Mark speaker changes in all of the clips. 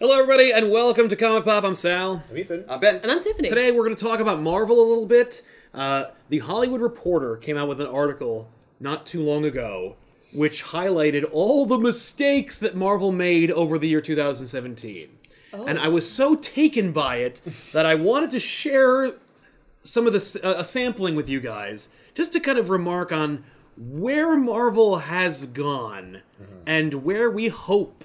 Speaker 1: Hello, everybody, and welcome to Comic Pop. I'm Sal.
Speaker 2: I'm Ethan.
Speaker 3: I bet.
Speaker 4: And I'm Tiffany.
Speaker 1: Today, we're going to talk about Marvel a little bit. Uh, the Hollywood Reporter came out with an article not too long ago which highlighted all the mistakes that Marvel made over the year 2017. And I was so taken by it that I wanted to share some of the s- uh, a a sampling with you guys just to kind of remark on where Marvel has gone and where we hope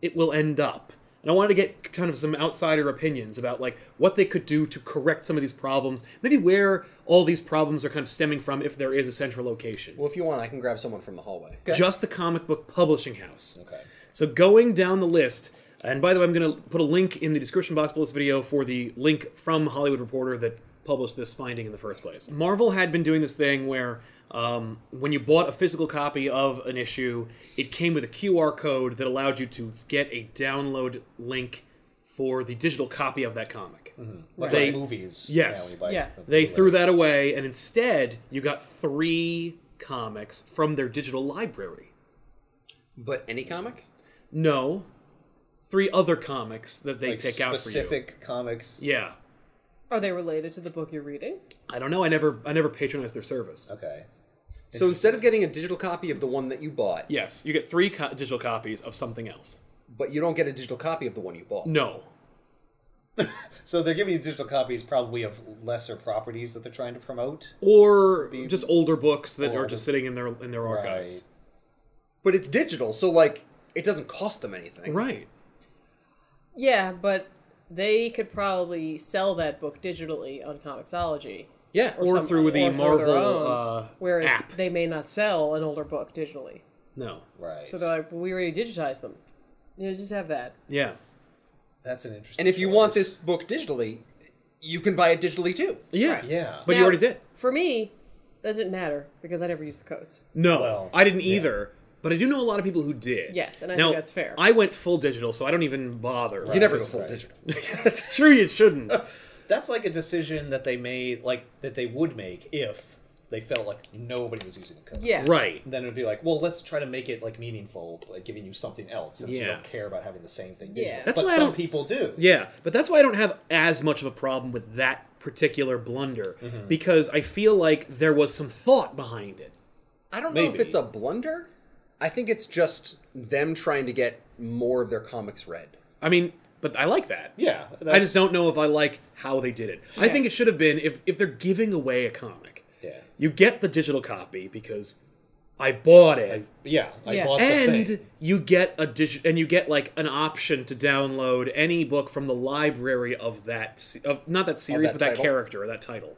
Speaker 1: it will end up. And I wanted to get kind of some outsider opinions about like what they could do to correct some of these problems, maybe where all these problems are kind of stemming from if there is a central location.
Speaker 3: Well, if you want, I can grab someone from the hallway.
Speaker 1: Just the comic book publishing house.
Speaker 3: Okay.
Speaker 1: So going down the list, and by the way, I'm going to put a link in the description box below this video for the link from Hollywood Reporter that published this finding in the first place. Marvel had been doing this thing where um, when you bought a physical copy of an issue, it came with a QR code that allowed you to get a download link for the digital copy of that comic.
Speaker 2: Like
Speaker 1: They-
Speaker 2: movies.
Speaker 1: Yes.
Speaker 2: now we buy
Speaker 4: Yeah.
Speaker 2: from
Speaker 1: They
Speaker 2: Blu-ray.
Speaker 1: threw that away, and instead, you got three comics from their digital library.
Speaker 3: But any comic?
Speaker 1: No. Three other comics that they
Speaker 2: like
Speaker 1: pick out for you.
Speaker 2: specific comics.
Speaker 1: Yeah.
Speaker 4: Are they related to the book you're reading?
Speaker 1: I don't know. I never I never patronized their service.
Speaker 2: Okay.
Speaker 3: So instead of getting a digital copy of the one that you bought,
Speaker 1: Yes, you get three co- digital copies of something else.
Speaker 3: but you don't get a digital copy of the one you bought.
Speaker 1: No.
Speaker 2: So they're giving you digital copies, probably of lesser properties that they're trying to promote.
Speaker 1: Or just older books that are
Speaker 2: Older.
Speaker 1: just sitting in their in their archives.
Speaker 3: But it's digital, so like it doesn't cost them anything.
Speaker 1: Right.
Speaker 4: Yeah, but they could probably sell that book digitally on Comixology,
Speaker 3: Yeah.
Speaker 1: Or,
Speaker 4: some-
Speaker 1: through the
Speaker 4: or through
Speaker 1: Marvel
Speaker 4: their own,
Speaker 1: uh,
Speaker 4: whereas
Speaker 1: app.
Speaker 4: they may not sell an older book digitally.
Speaker 1: no.
Speaker 2: Right.
Speaker 4: So they're like, well, we already digitized them. You just have that.
Speaker 1: Yeah.
Speaker 2: That's an interesting.
Speaker 3: and if you want
Speaker 2: choice.
Speaker 3: this book digitally, you can buy it digitally too.
Speaker 1: Yeah.
Speaker 2: Yeah.
Speaker 1: But you
Speaker 4: Now,
Speaker 1: already did.
Speaker 4: For me, that didn't matter because I never used the codes.
Speaker 1: No,
Speaker 2: Well,
Speaker 1: I didn't
Speaker 2: yeah.
Speaker 1: either. But I do know a lot of people who did.
Speaker 4: Yes, and I
Speaker 1: Now,
Speaker 4: think that's fair.
Speaker 1: I went full digital, so I don't even bother.
Speaker 2: Right.
Speaker 3: You never go
Speaker 2: that's
Speaker 3: full
Speaker 2: right.
Speaker 3: digital.
Speaker 1: it's true you shouldn't.
Speaker 2: that's like a decision that they made, like that they would make if they felt like nobody was using the code.
Speaker 4: Yeah.
Speaker 1: right.
Speaker 2: Then it would be like, well, let's try to make it like meaningful, like giving you something else, since you
Speaker 1: Yeah.
Speaker 2: don't care about having the same thing.
Speaker 4: Yeah.
Speaker 1: That's
Speaker 2: but
Speaker 1: why I
Speaker 2: some
Speaker 1: don't-
Speaker 2: people do.
Speaker 1: Yeah, but that's why I don't have as much of a problem with that particular blunder
Speaker 2: Mm-hmm.
Speaker 1: because I feel like there was some thought behind it.
Speaker 3: I don't know if
Speaker 2: Maybe.
Speaker 3: it's a blunder. I think it's just them trying to get more of their comics read.
Speaker 1: I mean, but I like that.
Speaker 2: Yeah.
Speaker 1: I just don't know if I like how they did it. I think it should have been if if they're giving away a comic,
Speaker 2: Yeah.
Speaker 1: you get the digital copy because I bought it.
Speaker 2: Yeah. I
Speaker 4: Yeah.
Speaker 2: bought the thing.
Speaker 1: and you get a digi- and you get like an option to download any book from the library of that se- of not that series
Speaker 3: that
Speaker 1: but that
Speaker 3: title?
Speaker 1: character or that title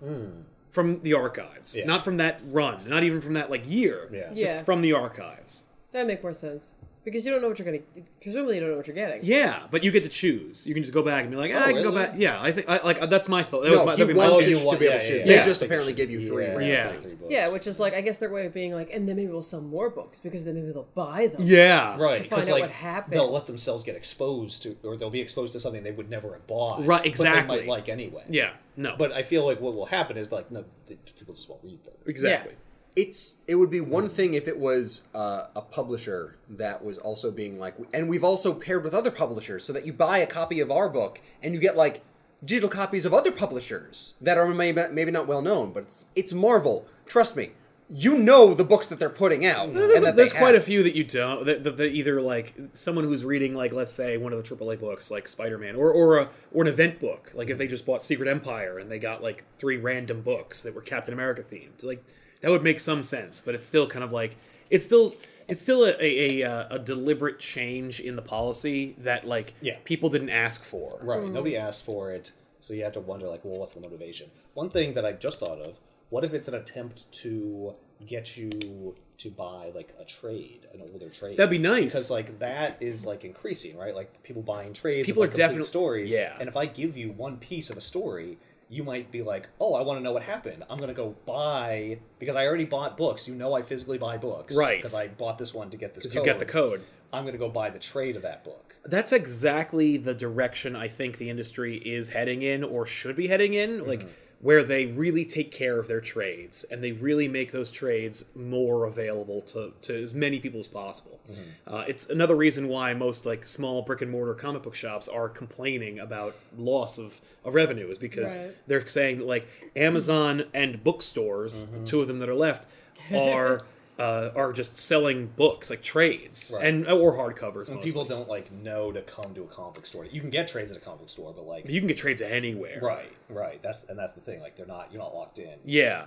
Speaker 1: from the archives
Speaker 2: Hmm. Yeah.
Speaker 1: not from that run not even from that like year
Speaker 2: Yeah.
Speaker 1: just
Speaker 4: Yeah.
Speaker 1: from the archives
Speaker 4: That'd make more sense. Because you don't know what you're going to. Presumably, you don't know what you're getting.
Speaker 1: yeah but you get to choose you can just go back and be like ah,
Speaker 2: Oh,
Speaker 1: I can go
Speaker 2: really?
Speaker 1: back yeah I think I, like that's my thought that
Speaker 3: No,
Speaker 1: was my,
Speaker 3: he
Speaker 1: that'd be my
Speaker 2: Oh,
Speaker 3: wants
Speaker 1: pitch
Speaker 3: you
Speaker 1: to
Speaker 3: want-
Speaker 1: be able
Speaker 3: yeah,
Speaker 1: to
Speaker 3: yeah,
Speaker 1: choose
Speaker 3: yeah. They
Speaker 1: Yeah.
Speaker 3: just apparently give you three random
Speaker 1: Yeah.
Speaker 3: things.
Speaker 2: Three books.
Speaker 4: Yeah, which is like, I guess their way of being like, and then maybe we'll sell more books because then maybe they'll buy them.
Speaker 1: yeah
Speaker 2: right
Speaker 4: to find
Speaker 2: 'cause,
Speaker 4: out
Speaker 2: like,
Speaker 4: what happened.
Speaker 2: they'll let themselves get exposed to or they'll be exposed to something they would never have bought
Speaker 1: Right,
Speaker 2: but
Speaker 1: exactly.
Speaker 2: they might like anyway
Speaker 1: yeah no
Speaker 2: but i feel like what will happen is like no the, people just won't read them
Speaker 1: exactly
Speaker 3: it's it would be one thing if it was uh, a publisher that was also being like and we've also paired with other publishers so that you buy a copy of our book and you get like digital copies of other publishers that are maybe, maybe not well known but it's it's marvel trust me you know the books that they're putting out
Speaker 1: There's,
Speaker 3: and
Speaker 1: a-
Speaker 3: that
Speaker 1: there's
Speaker 3: they
Speaker 1: quite a
Speaker 3: have.
Speaker 1: few that you don't that, that, that either like someone who's reading like let's say one of the AAA books like Spider-Man or or a, or an event book like if they just bought Secret Empire and they got like three random books that were Captain America themed like that would make some sense but it's still kind of like it's still it's still a a, a, uh, a deliberate change in the policy that like
Speaker 2: Yeah.
Speaker 1: people didn't ask for
Speaker 2: right nobody asked for it so you have to wonder like well what's the motivation one thing that i just thought of what if it's an attempt to get you to buy like a trade an older trade
Speaker 1: That'd be nice.
Speaker 2: because like that is like increasing right like people buying trades
Speaker 1: People
Speaker 2: people of,
Speaker 1: are
Speaker 2: like, complete
Speaker 1: definite-
Speaker 2: stories
Speaker 1: yeah.
Speaker 2: and if i give you one piece of a story you might be like oh i want to know what happened i'm gonna go buy because i already bought books you know i physically buy books
Speaker 1: Right.
Speaker 2: because i bought this one to get this
Speaker 1: because you got the code
Speaker 2: i'm gonna go buy the trade of that book
Speaker 1: that's
Speaker 2: Mm-hmm.
Speaker 1: exactly the direction I think the industry is heading in or should be heading in. Like where they really take care of their trades and they really make those trades more available to, to as many people as possible.
Speaker 2: Mm-hmm.
Speaker 1: Uh, it's another reason why most like small brick and mortar comic book shops are complaining about loss of, of revenue is because
Speaker 4: Right.
Speaker 1: they're saying that like Amazon and bookstores,
Speaker 2: Mm-hmm.
Speaker 1: the two of them that are left, are uh, are just selling books like trades
Speaker 2: Right.
Speaker 1: and or hardcovers.
Speaker 2: And
Speaker 1: Mostly.
Speaker 2: people don't like know to come to a comic book store. You can get trades at a comic book store, but like
Speaker 1: you can get trades anywhere.
Speaker 2: right, right. That's and that's the thing. Like they're not you're not locked in
Speaker 1: Yeah,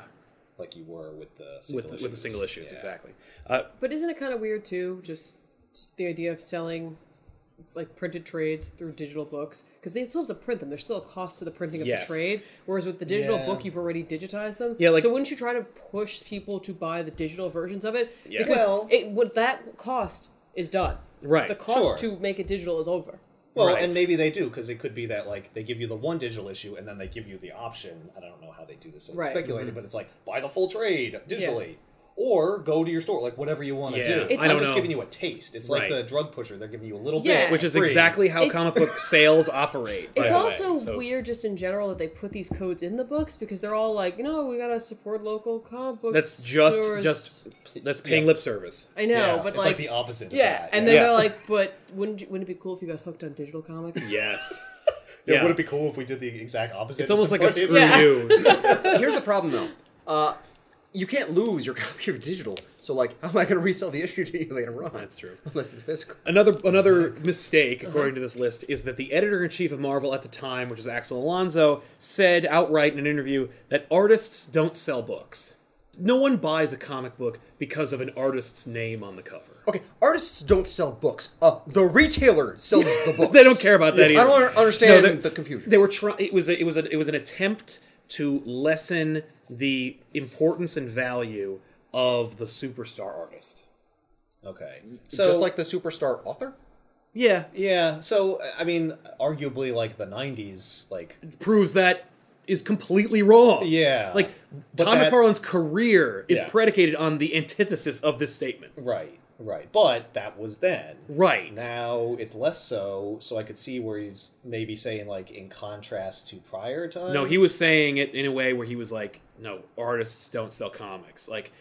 Speaker 2: like you were with the single
Speaker 1: with with the single issues
Speaker 2: Yeah.
Speaker 1: exactly. Uh,
Speaker 4: But isn't it kind of weird too? Just, just the idea of selling like printed trades through digital books because they still have to print them. There's still a cost to the printing of
Speaker 1: Yes.
Speaker 4: the trade. Whereas with the digital
Speaker 2: Yeah.
Speaker 4: book, you've already digitized them.
Speaker 1: Yeah, like-
Speaker 4: so wouldn't you try to push people to buy the digital versions of it?
Speaker 1: Yes.
Speaker 4: Because
Speaker 2: Well-
Speaker 4: it, what that cost is done.
Speaker 1: Right,
Speaker 4: The cost
Speaker 2: sure.
Speaker 4: to make it digital is over.
Speaker 2: Well,
Speaker 1: Right.
Speaker 2: and maybe they do because it could be that like they give you the one digital issue and then they give you the option. I don't know how they do this. So it's
Speaker 4: Right.
Speaker 2: speculated,
Speaker 1: Mm-hmm.
Speaker 2: but it's like buy the full trade digitally. Or go to your store, like whatever you want to
Speaker 1: Yeah,
Speaker 2: do.
Speaker 1: It's- I
Speaker 2: I'm
Speaker 1: don't
Speaker 2: just
Speaker 1: know.
Speaker 2: giving you a taste. It's
Speaker 1: Right.
Speaker 2: like the drug pusher; they're giving you a little
Speaker 4: Yeah.
Speaker 2: bit,
Speaker 1: which is
Speaker 2: free.
Speaker 1: exactly how
Speaker 4: It's-
Speaker 1: comic book sales operate. by
Speaker 4: It's
Speaker 1: the way.
Speaker 4: also
Speaker 1: So-
Speaker 4: weird just in general that they put these codes in the books because they're all like, no, we gotta support local comic books.
Speaker 1: That's just
Speaker 4: stores."
Speaker 1: just that's paying
Speaker 2: Yeah.
Speaker 1: lip service.
Speaker 4: I know,
Speaker 2: Yeah,
Speaker 4: but
Speaker 2: it's like, the opposite.
Speaker 4: Yeah,
Speaker 2: of that. yeah.
Speaker 4: and then
Speaker 1: Yeah.
Speaker 4: they're like, "But wouldn't you, wouldn't it be cool if you got hooked on digital comics?"
Speaker 1: Yes.
Speaker 2: Yeah,
Speaker 1: yeah.
Speaker 2: would it be cool if we did the exact opposite?
Speaker 1: It's almost like a screw
Speaker 4: Yeah.
Speaker 1: you.
Speaker 3: Here's the problem though. Uh, you can't lose your copy of digital. So like, how am I going to resell the issue to you later on?
Speaker 1: That's true.
Speaker 3: Unless it's physical.
Speaker 1: Another another
Speaker 4: Uh-huh.
Speaker 1: mistake, according to this list, is that the editor in chief of Marvel at the time, which is Axel Alonso, said outright in an interview that artists don't sell books. No one buys a comic book because of an artist's name on the cover.
Speaker 3: Okay, artists don't sell books. Uh, the retailer sells the books.
Speaker 1: They don't care about that
Speaker 3: I don't
Speaker 1: either.
Speaker 3: un- understand
Speaker 1: No, they're-
Speaker 3: the confusion.
Speaker 1: They were trying. It was a, it was a, it was an attempt to lessen the importance and value of the superstar artist.
Speaker 2: okay. So
Speaker 3: so, Just like the superstar author.
Speaker 1: Yeah,
Speaker 2: yeah, so I mean, arguably like the '90s, like
Speaker 1: proves that is completely wrong.
Speaker 2: Yeah.
Speaker 1: Like
Speaker 2: But
Speaker 1: Todd
Speaker 2: that-
Speaker 1: McFarlane's career is
Speaker 2: Yeah.
Speaker 1: predicated on the antithesis of this statement.
Speaker 2: right, right. But that was then.
Speaker 1: Right.
Speaker 2: Now it's less so, so I could see where he's maybe saying like in contrast to prior times.
Speaker 1: No, he was saying it in a way where he was like, "No, artists don't sell comics." Like,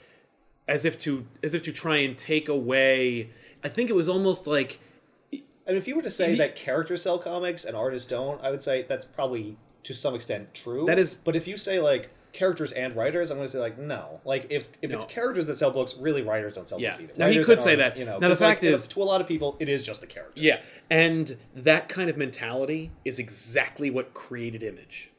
Speaker 1: as if to as if to try and take away. I think it was almost like
Speaker 2: And if you were to say
Speaker 1: He-
Speaker 2: that characters sell comics and artists don't, I would say that's probably to some extent true.
Speaker 1: That is-
Speaker 2: But if you say like characters and writers, I'm going to say like no. Like if if it's
Speaker 1: No.
Speaker 2: characters that sell books, really writers don't sell
Speaker 1: Yeah.
Speaker 2: books either.
Speaker 1: Now, he
Speaker 2: Writers
Speaker 1: could
Speaker 2: and
Speaker 1: say
Speaker 2: artists,
Speaker 1: that.
Speaker 2: You know,
Speaker 1: Now, the
Speaker 2: 'cause, like,
Speaker 1: fact is-
Speaker 2: to a lot of people, it is just the character.
Speaker 1: yeah, and that kind of mentality is exactly what created Image.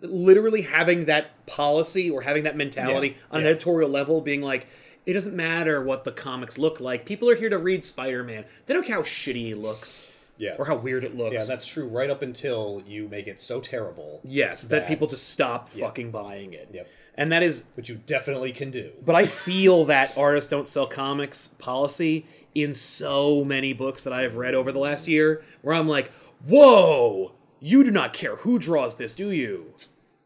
Speaker 1: Literally having that policy or having that mentality
Speaker 2: Yeah,
Speaker 1: on
Speaker 2: yeah.
Speaker 1: an editorial level, being like. It doesn't matter what the comics look like. People are here to read Spider-Man. They don't care how shitty he looks
Speaker 2: Yeah.
Speaker 1: or how weird it looks.
Speaker 2: Yeah, that's true. Right up until you make it so terrible,
Speaker 1: Yes, that,
Speaker 2: that-
Speaker 1: people just stop fucking buying it.
Speaker 2: Yep.
Speaker 1: And that is
Speaker 2: which you definitely can do.
Speaker 1: but I feel that artists don't sell comics policy in so many books that I have read over the last year where I'm like, "Whoa, you do not care who draws this, do you?"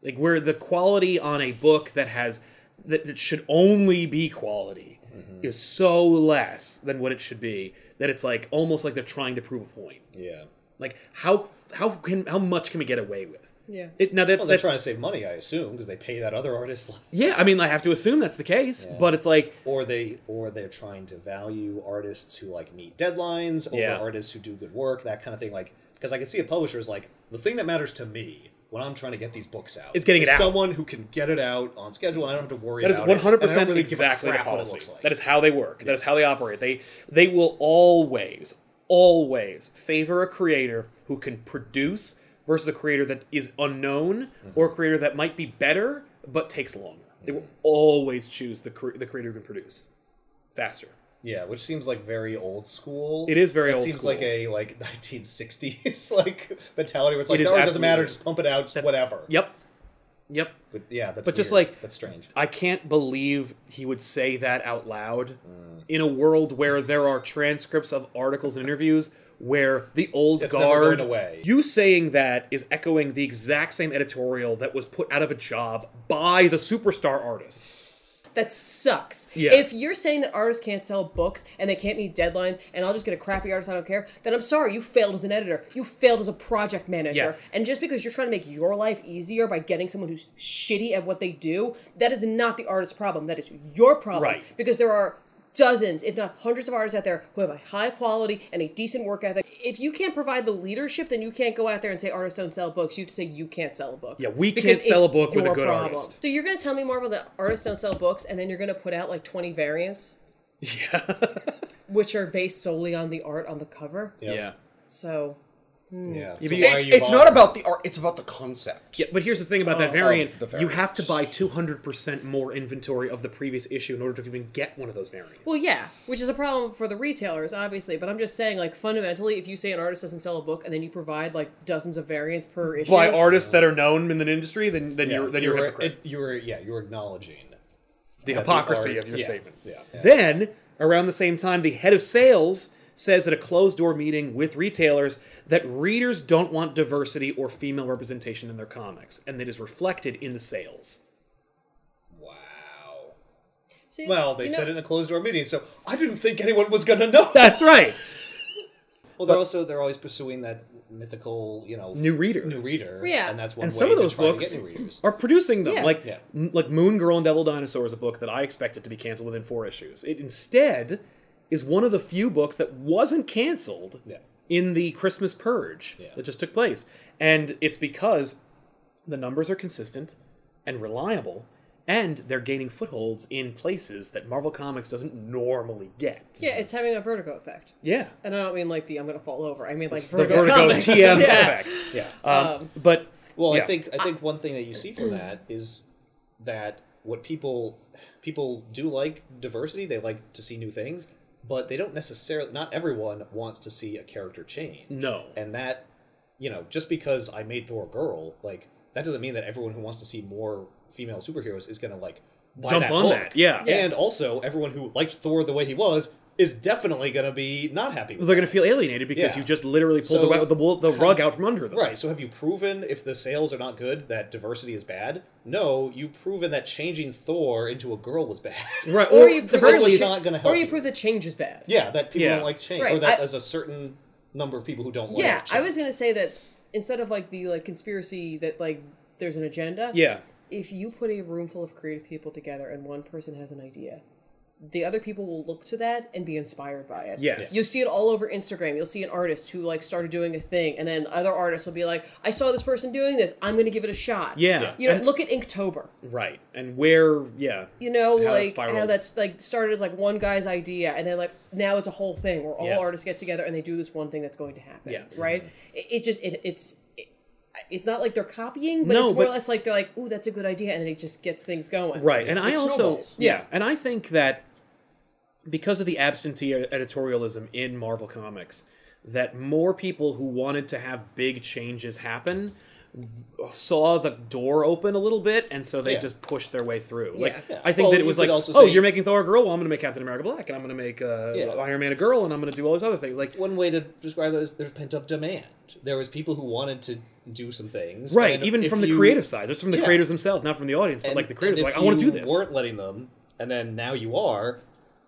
Speaker 1: Like where the quality on a book that has that, that should only be quality
Speaker 2: Mm-hmm.
Speaker 1: is so less than what it should be that it's like almost like they're trying to prove a point.
Speaker 2: Yeah.
Speaker 1: Like how how can how much can we get away with?
Speaker 4: Yeah.
Speaker 1: It, now that's
Speaker 2: Well, they're
Speaker 1: that's
Speaker 2: trying to save money, I assume, because they pay that other artist less.
Speaker 1: Yeah, I mean, I have to assume that's the case, but it's like,
Speaker 2: or they or they're trying to value artists who like meet deadlines over
Speaker 1: Yeah.
Speaker 2: artists who do good work that kind of thing like because i can see a publisher is like the thing that matters to me when i'm trying to get these books out
Speaker 1: Is getting it out."
Speaker 2: someone who can get it out on schedule and i don't have to worry
Speaker 1: that is
Speaker 2: about it, and I
Speaker 1: 100%
Speaker 2: don't really give a
Speaker 1: exactly the
Speaker 2: crap what it
Speaker 1: policy.
Speaker 2: looks like.
Speaker 1: That is how they work. That is how they operate. They they will always always favor a creator who can produce versus a creator that is unknown
Speaker 2: Mm-hmm.
Speaker 1: or a creator that might be better but takes longer. They will always choose the cre- the creator who can produce faster.
Speaker 2: yeah which seems like very old school
Speaker 1: It is very
Speaker 2: That
Speaker 1: old
Speaker 2: seems
Speaker 1: school.
Speaker 2: like a like 1960s like mentality where it's like
Speaker 1: is
Speaker 2: no it doesn't matter
Speaker 1: absolutely-
Speaker 2: just pump it out
Speaker 1: That's-
Speaker 2: whatever
Speaker 1: Yep. Yep.
Speaker 2: but yeah that's
Speaker 1: But just
Speaker 2: weird.
Speaker 1: like-
Speaker 2: that's strange
Speaker 1: I can't believe he would say that out loud in a world where there are transcripts of articles and interviews where the old
Speaker 2: It's never
Speaker 1: guard
Speaker 2: going away.
Speaker 1: you saying that is echoing the exact same editorial that was put out of a job by the superstar artists
Speaker 4: That sucks.
Speaker 1: Yeah.
Speaker 4: If you're saying that artists can't sell books and they can't meet deadlines and I'll just get a crappy artist I don't care, then I'm sorry, you failed as an editor. You failed as a project manager.
Speaker 1: Yeah.
Speaker 4: And just because you're trying to make your life easier by getting someone who's shitty at what they do, that is not the artist's problem. That is your problem.
Speaker 1: Right.
Speaker 4: Because there are dozens, if not hundreds of artists out there who have a high quality and a decent work ethic. If you can't provide the leadership, then you can't go out there and say artists don't sell books. You have to say you can't sell a book.
Speaker 1: Yeah, we
Speaker 4: Because
Speaker 1: can't
Speaker 4: it's
Speaker 1: sell a book with a
Speaker 4: your
Speaker 1: good
Speaker 4: problem.
Speaker 1: artist.
Speaker 4: So you're gonna tell me, Marvel, that artists don't sell books, and then you're gonna put out like 20 variants,
Speaker 1: Yeah.
Speaker 4: which are based solely on the art on the cover.
Speaker 1: yeah.
Speaker 4: So
Speaker 2: Yeah.
Speaker 1: Mm. but
Speaker 2: why
Speaker 1: it's-
Speaker 2: are you
Speaker 3: It's not
Speaker 2: bothering?
Speaker 3: about the art; it's about the concept.
Speaker 1: Yeah, but here's the thing about that variant.
Speaker 3: of the
Speaker 1: You have to
Speaker 3: variants.
Speaker 1: buy 200% more inventory of the previous issue in order to even get one of those variants.
Speaker 4: Well, yeah, which is a problem for the retailers, obviously. But I'm just saying, like, fundamentally, if you say an artist doesn't sell a book and then you provide like dozens of variants per issue,
Speaker 1: By artists that are known in the industry, then, then
Speaker 2: Yeah,
Speaker 1: you're, then you're, a
Speaker 2: were-
Speaker 1: hypocrite.
Speaker 2: it- you were yeah, you were acknowledging
Speaker 1: the
Speaker 2: that the
Speaker 1: hypocrisy
Speaker 2: art-
Speaker 1: of your
Speaker 2: yeah,
Speaker 1: statement.
Speaker 2: Yeah.
Speaker 1: Then, around the same time, the head of sales says at a closed door meeting with retailers that readers don't want diversity or female representation in their comics, and that is reflected in the sales.
Speaker 2: Wow.
Speaker 4: See,
Speaker 2: Well, they
Speaker 4: you know-
Speaker 2: said it in a closed door meeting, so I didn't think anyone was gonna know.
Speaker 1: That's right.
Speaker 2: Well, they're also they're always pursuing that mythical, you know,
Speaker 1: New reader.
Speaker 2: new reader.
Speaker 4: Yeah.
Speaker 2: and that's one
Speaker 1: and
Speaker 2: way
Speaker 1: some of
Speaker 2: to
Speaker 1: those
Speaker 2: try to
Speaker 1: books
Speaker 2: get new readers.
Speaker 1: are producing them.
Speaker 4: Yeah.
Speaker 1: Like
Speaker 2: Yeah.
Speaker 1: m- like Moon Girl and Devil Dinosaur is a book that I expected to be canceled within four issues. It instead is one of the few books that wasn't canceled
Speaker 2: Yeah.
Speaker 1: in the Christmas purge
Speaker 2: Yeah.
Speaker 1: that just took place, and it's because the numbers are consistent and reliable. And they're gaining footholds in places that Marvel Comics doesn't normally get.
Speaker 4: yeah, it's having a vertigo effect.
Speaker 1: Yeah.
Speaker 4: And I don't mean like the I'm gonna fall over. I mean like
Speaker 1: The
Speaker 4: vertigo,
Speaker 1: Vertigo
Speaker 4: comics.
Speaker 1: TM
Speaker 4: yeah.
Speaker 1: effect.
Speaker 2: Yeah.
Speaker 1: Um, but
Speaker 2: Well,
Speaker 1: Yeah.
Speaker 2: I think I think one thing that you see from that is that what people people do like diversity. They like to see new things, but they don't necessarily. Not everyone wants to see a character change.
Speaker 1: No.
Speaker 2: and that you know, just because I made Thor a girl, like that doesn't mean that everyone who wants to see more female superheroes is gonna like buy
Speaker 1: Jump
Speaker 2: that
Speaker 1: on
Speaker 2: book.
Speaker 1: that, yeah.
Speaker 4: Yeah.
Speaker 2: and also everyone who liked Thor the way he was is definitely gonna be not happy. With
Speaker 1: they're going
Speaker 2: that.
Speaker 1: to feel alienated because
Speaker 2: Yeah.
Speaker 1: you just literally pulled
Speaker 2: So-
Speaker 1: the, wa- the, wool- the rug out from under them.
Speaker 2: Right. So have you proven if the sales are not good that diversity is bad? No, you've proven that changing Thor into a girl was bad.
Speaker 1: Right.
Speaker 4: Or you
Speaker 1: the
Speaker 4: prove
Speaker 1: very
Speaker 4: that
Speaker 2: least-
Speaker 4: change-
Speaker 2: It's not gonna help
Speaker 4: Or you
Speaker 2: you.
Speaker 4: prove that change is bad.
Speaker 2: yeah, that people
Speaker 1: Yeah.
Speaker 2: don't like change, or
Speaker 4: Right,
Speaker 2: that
Speaker 4: I-
Speaker 2: there's a certain number of people who don't
Speaker 4: Yeah,
Speaker 2: like.
Speaker 4: I was
Speaker 2: change.
Speaker 4: gonna say that instead of like the like conspiracy that like there's an agenda.
Speaker 1: Yeah.
Speaker 4: if you put a room full of creative people together and one person has an idea, the other people will look to that and be inspired by it.
Speaker 1: Yes.
Speaker 4: You'll see it all over Instagram. You'll see an artist who like started doing a thing and then other artists will be like, I saw this person doing this, I'm gonna give it a shot.
Speaker 1: Yeah.
Speaker 4: You know,
Speaker 1: And-
Speaker 4: look at Inktober.
Speaker 1: Right. And where, yeah.
Speaker 4: You know,
Speaker 1: And how that
Speaker 4: like how
Speaker 1: spiraled.
Speaker 4: that's like started as like one guy's idea and then like now it's a whole thing where all
Speaker 1: Yeah.
Speaker 4: artists get together and they do this one thing that's going to happen.
Speaker 1: Yeah.
Speaker 4: Right? It, it just it, it's it, it's not like they're copying, but
Speaker 1: No,
Speaker 4: it's more
Speaker 1: but-
Speaker 4: or less like they're like, ooh, that's a good idea, and then it just gets things going.
Speaker 1: Right. And I
Speaker 4: It
Speaker 1: also,
Speaker 4: snowballs.
Speaker 1: yeah. And I think that because of the absentee e-, editorialism in Marvel Comics, that more people who wanted to have big changes happen saw the door open a little bit and so they
Speaker 2: Yeah.
Speaker 1: just pushed their way through
Speaker 4: Yeah.
Speaker 1: like
Speaker 2: Yeah.
Speaker 1: i think
Speaker 2: Well,
Speaker 1: that it
Speaker 2: you
Speaker 1: was
Speaker 2: could
Speaker 1: like oh
Speaker 2: also say-
Speaker 1: you're making thor a girl well i'm gonna make captain america black and i'm gonna make uh,
Speaker 2: Yeah.
Speaker 1: iron man a girl and i'm gonna do all these other things like
Speaker 2: One way to describe that is there's pent up demand. There was people who wanted to do some things,
Speaker 1: right
Speaker 2: and
Speaker 1: even
Speaker 2: if
Speaker 1: from the
Speaker 2: you-
Speaker 1: creative side just from the
Speaker 2: Yeah.
Speaker 1: creators themselves not from the audience but
Speaker 2: and-
Speaker 1: like the creators
Speaker 2: and
Speaker 1: like
Speaker 2: if
Speaker 1: i want to
Speaker 2: you
Speaker 1: do this
Speaker 2: Weren't letting them, and then now you are.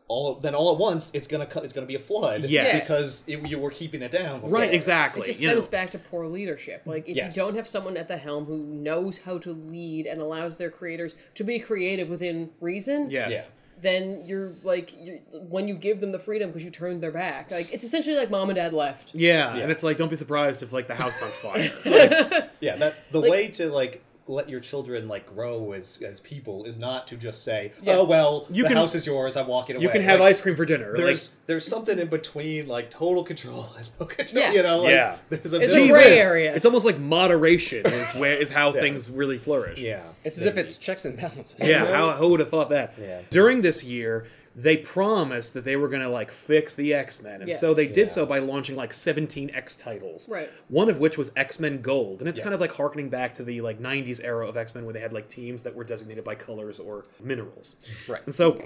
Speaker 2: All then all at once, it's gonna co- it's gonna be a flood,
Speaker 1: Yes.
Speaker 2: because it, you were keeping it down. before.
Speaker 1: right exactly
Speaker 4: It just
Speaker 1: you know.
Speaker 4: stems back to poor leadership. Like if
Speaker 2: Yes.
Speaker 4: you don't have someone at the helm who knows how to lead and allows their creators to be creative within reason,
Speaker 1: Yes.
Speaker 4: then you're like you're, when you give them the freedom because you turned their back. Like it's essentially like mom and dad left.
Speaker 1: Yeah.
Speaker 2: Yeah.
Speaker 1: and it's like don't be surprised if like the house on fire. Like,
Speaker 2: Yeah, that the way to like let your children like grow as as people is not to just say,
Speaker 4: Yeah.
Speaker 2: "Oh well,
Speaker 1: You
Speaker 2: the
Speaker 1: can-
Speaker 2: house is yours. I'm walking away."
Speaker 1: you can have
Speaker 2: like,
Speaker 1: ice cream for dinner. Like,
Speaker 2: There's there's something in between like total control and no control.
Speaker 4: Yeah.
Speaker 2: You know, like,
Speaker 1: Yeah.
Speaker 2: There's a
Speaker 4: It's
Speaker 2: middle
Speaker 4: a
Speaker 1: see
Speaker 4: gray
Speaker 1: this.
Speaker 4: area.
Speaker 1: It's almost like moderation is where is how things really flourish.
Speaker 2: Yeah,
Speaker 3: It's as if
Speaker 2: maybe.
Speaker 3: it's checks and balances.
Speaker 1: Yeah, how who would have thought that?
Speaker 2: Yeah.
Speaker 1: During this year, they promised that they were going to like fix the X Men, and
Speaker 4: Yes.
Speaker 1: so they did
Speaker 2: Yeah.
Speaker 1: so by launching like seventeen X titles.
Speaker 4: Right.
Speaker 1: One of which was X Men Gold, and it's
Speaker 2: Yeah.
Speaker 1: kind of like harkening back to the like '90s era of X Men, where they had like teams that were designated by colors or minerals.
Speaker 3: Right.
Speaker 1: And so,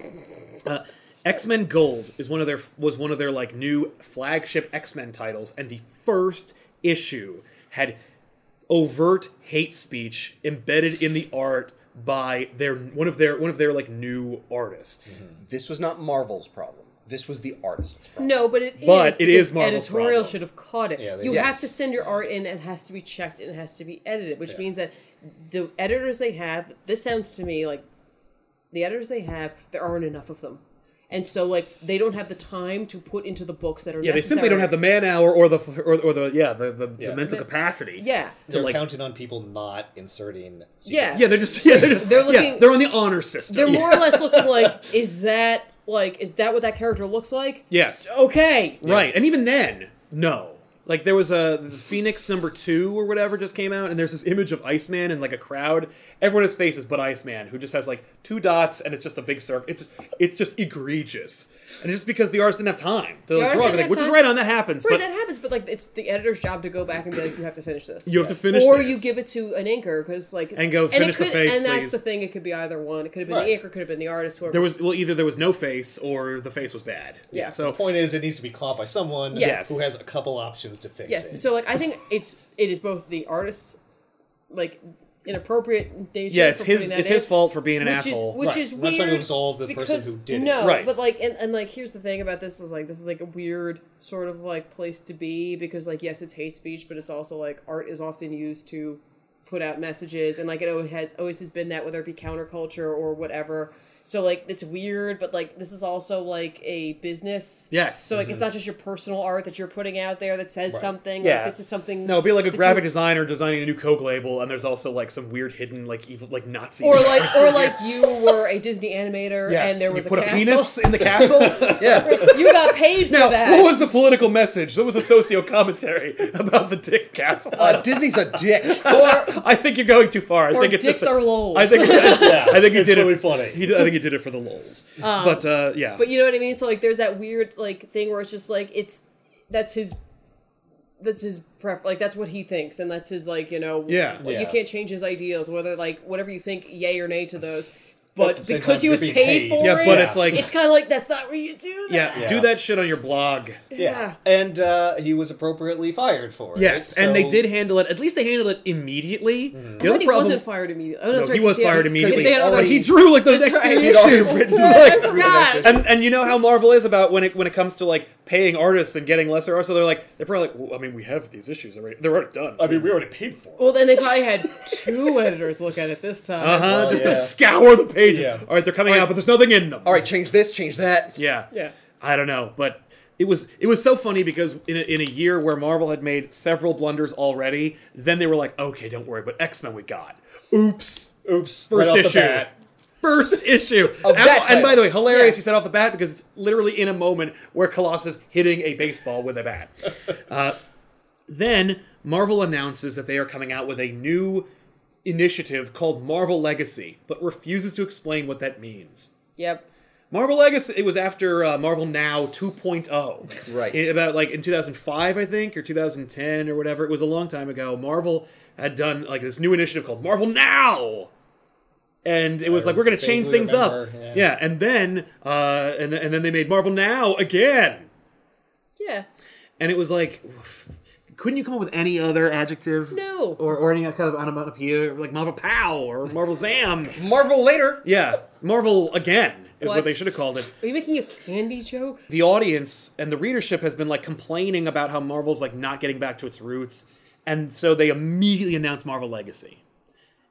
Speaker 1: uh, X Men Gold is one of their was one of their like new flagship X Men titles, and the first issue had overt hate speech embedded in the art by their one of their one of their like new artists.
Speaker 2: Mm-hmm.
Speaker 3: This was not Marvel's problem. This was the artist's problem.
Speaker 4: No, but it is.
Speaker 1: But it
Speaker 4: because
Speaker 1: is Marvel's
Speaker 4: editorial
Speaker 1: problem.
Speaker 4: should have caught it.
Speaker 2: Yeah, they-
Speaker 4: you
Speaker 3: Yes.
Speaker 4: have to send your art in and it has to be checked and it has to be edited, which means that the editors they have, this sounds to me like the editors they have, there aren't enough of them. And so like they don't have the time to put into the books that are
Speaker 1: Yeah, they
Speaker 4: necessary.
Speaker 1: simply don't have the man hour or the or, or the yeah the the,
Speaker 2: Yeah.
Speaker 1: the mental capacity.
Speaker 4: Yeah.
Speaker 1: to
Speaker 2: They're
Speaker 1: like
Speaker 2: counting on people not inserting. secret-
Speaker 4: Yeah.
Speaker 1: yeah they're just yeah they're just
Speaker 4: They're
Speaker 1: they're
Speaker 4: looking-
Speaker 1: yeah, they're on the honor system.
Speaker 4: They're more or less looking like, is that like is that what that character looks like?
Speaker 1: yes
Speaker 4: Okay.
Speaker 1: right and even then no like there was a the Phoenix number two or whatever just came out and there's this image of Iceman and like a crowd everyone has faces but Iceman who just has like two dots and it's just a big circle it's it's just egregious and it's just because the artist didn't have time to like,
Speaker 4: artist
Speaker 1: draw
Speaker 4: didn't
Speaker 1: everything
Speaker 4: have
Speaker 1: which is
Speaker 4: time.
Speaker 1: right on that happens
Speaker 4: Right,
Speaker 1: but
Speaker 4: that happens, but like it's the editor's job to go back and be like, you have to finish this.
Speaker 1: you have to finish
Speaker 4: or
Speaker 1: this.
Speaker 4: you give it to an inker because like
Speaker 1: And go finish
Speaker 4: it
Speaker 1: the
Speaker 4: could,
Speaker 1: face,
Speaker 4: and that's
Speaker 1: please.
Speaker 4: the thing it could be either one it could have been
Speaker 2: Right.
Speaker 4: the inker could have been the artist whoever
Speaker 1: there was well either there was no face or the face was bad
Speaker 4: Yeah.
Speaker 2: The
Speaker 1: so
Speaker 2: point is, it needs to be caught by someone
Speaker 4: Yes.
Speaker 2: who has a couple options to fix
Speaker 4: yes
Speaker 2: it.
Speaker 4: so like I think it's it is both the artist's like inappropriate nature
Speaker 1: yeah it's
Speaker 4: for putting
Speaker 1: his
Speaker 4: that
Speaker 1: it's
Speaker 4: in,
Speaker 1: his fault for being an
Speaker 4: which
Speaker 1: asshole
Speaker 4: is which
Speaker 2: Right.
Speaker 4: is
Speaker 2: We're
Speaker 4: weird
Speaker 2: not trying to absolve the person
Speaker 4: because-
Speaker 2: who did it.
Speaker 4: no
Speaker 1: Right.
Speaker 4: but like and, and like here's the thing about this is like this is like a weird sort of like place to be because like yes it's hate speech but it's also like art is often used to put out messages and like it always has always has been that whether it be counterculture or whatever so like it's weird but like this is also like a business
Speaker 1: Yes.
Speaker 4: so like it's not just your personal art that you're putting out there that says
Speaker 2: Mm-hmm. Right.
Speaker 4: something
Speaker 1: Yeah.
Speaker 4: like this is something
Speaker 1: No, it'd be like a
Speaker 4: that you-
Speaker 1: graphic designer designing a new Coke label, and there's also like some weird hidden like evil like Nazi.
Speaker 4: or like or like you were a disney animator
Speaker 1: yes,
Speaker 4: and there was
Speaker 1: you
Speaker 4: a
Speaker 1: put a,
Speaker 4: castle
Speaker 1: penis in the castle.
Speaker 3: Yeah.
Speaker 4: You got paid for
Speaker 1: Now,
Speaker 4: that.
Speaker 1: what was the political message? There was a socio commentary about the dick castle.
Speaker 3: Uh, Disney's a dick.
Speaker 4: or
Speaker 1: I think you're going too far. I
Speaker 4: or
Speaker 1: think it's
Speaker 4: dicks
Speaker 1: just a-
Speaker 4: are lols.
Speaker 1: I think
Speaker 2: Yeah,
Speaker 1: I think he
Speaker 2: it's
Speaker 1: did
Speaker 2: really
Speaker 1: it.
Speaker 2: funny.
Speaker 1: He did, I think he did it for the lols. but uh, yeah,
Speaker 4: Um, but you know what I mean. So like, there's that weird like thing where it's just like it's that's his that's his pref like that's what he thinks and that's his like you know
Speaker 1: Yeah.
Speaker 4: well, you
Speaker 2: Yeah.
Speaker 4: can't change his ideals whether like whatever you think yay or nay to those.
Speaker 2: at
Speaker 4: But
Speaker 2: the same
Speaker 4: because
Speaker 2: time,
Speaker 4: he
Speaker 2: you're
Speaker 4: was
Speaker 2: being
Speaker 4: paid,
Speaker 2: paid.
Speaker 4: for
Speaker 1: Yeah,
Speaker 4: it,
Speaker 1: but it's like-
Speaker 4: it's kind of like that's not where you do that.
Speaker 1: yeah,
Speaker 2: Yeah.
Speaker 1: do that shit on your blog.
Speaker 2: Yeah.
Speaker 4: Yeah.
Speaker 2: And uh, he was appropriately fired for it.
Speaker 1: Yes, and they
Speaker 2: So- Mm.
Speaker 1: did handle it. At least they handled it immediately. The
Speaker 4: But
Speaker 1: other
Speaker 4: he
Speaker 1: problem,
Speaker 4: wasn't fired immediately. Oh, no,
Speaker 1: no,
Speaker 4: sorry,
Speaker 1: he was
Speaker 4: 'cause had-
Speaker 1: fired immediately.
Speaker 4: They had other,
Speaker 1: But he
Speaker 3: already-
Speaker 1: drew like the
Speaker 4: That's
Speaker 1: next
Speaker 4: right.
Speaker 1: three
Speaker 4: He'd
Speaker 3: already
Speaker 1: issues.
Speaker 3: drew
Speaker 4: That's
Speaker 3: the
Speaker 4: right, I
Speaker 1: Like,
Speaker 4: forgot.
Speaker 1: and and you know how Marvel is about when it when it comes to like paying artists and getting lesser artists. So they're like they're probably like, well, I mean, we have these issues already. They're already done.
Speaker 2: I mean, we already paid for it.
Speaker 4: Well, then they probably had two editors look at it this time.
Speaker 1: uh huh.
Speaker 2: Oh,
Speaker 1: just
Speaker 2: yeah.
Speaker 1: to scour the pages.
Speaker 2: Yeah.
Speaker 1: All right, they're coming
Speaker 3: right.
Speaker 1: out, but there's nothing in them.
Speaker 3: All right, change this, change that.
Speaker 1: Yeah.
Speaker 4: Yeah.
Speaker 1: I don't know, but it was it was so funny because in a, in a year where Marvel had made several blunders already, then they were like, okay, don't worry, but X Men we got. Oops.
Speaker 2: Oops.
Speaker 1: First
Speaker 2: right Off
Speaker 1: issue.
Speaker 2: the bat.
Speaker 1: First issue.
Speaker 3: Of that
Speaker 1: Apple- and
Speaker 3: title.
Speaker 1: by the way, hilarious
Speaker 4: Yeah.
Speaker 1: you said off the bat because it's literally in a moment where Colossus hitting a baseball with a bat. Uh, then Marvel announces that they are coming out with a new initiative called Marvel Legacy, but refuses to explain what that means.
Speaker 4: Yep.
Speaker 1: Marvel Legacy. It was after uh, Marvel Now 2.0,
Speaker 3: Right.
Speaker 1: It- about like in 2005, I think, or 2010 or whatever. It was a long time ago. Marvel had done like this new initiative called Marvel Now, and it was
Speaker 2: I
Speaker 1: like we're going to change
Speaker 2: vaguely
Speaker 1: things up.
Speaker 2: remember,
Speaker 1: Yeah.
Speaker 2: yeah.
Speaker 1: and then uh, and th- and then they made Marvel Now again,
Speaker 4: Yeah.
Speaker 1: and it was like. Couldn't you come up with any other adjective?
Speaker 4: No.
Speaker 1: Or, or any kind of onomatopoeia, like Marvel Pow or Marvel Zam?
Speaker 3: Marvel later.
Speaker 1: yeah, Marvel again is what
Speaker 4: What?
Speaker 1: they should have called it.
Speaker 4: Are you making a candy joke?
Speaker 1: the audience and the readership has been like complaining about how Marvel's like not getting back to its roots, and so they immediately announced Marvel Legacy.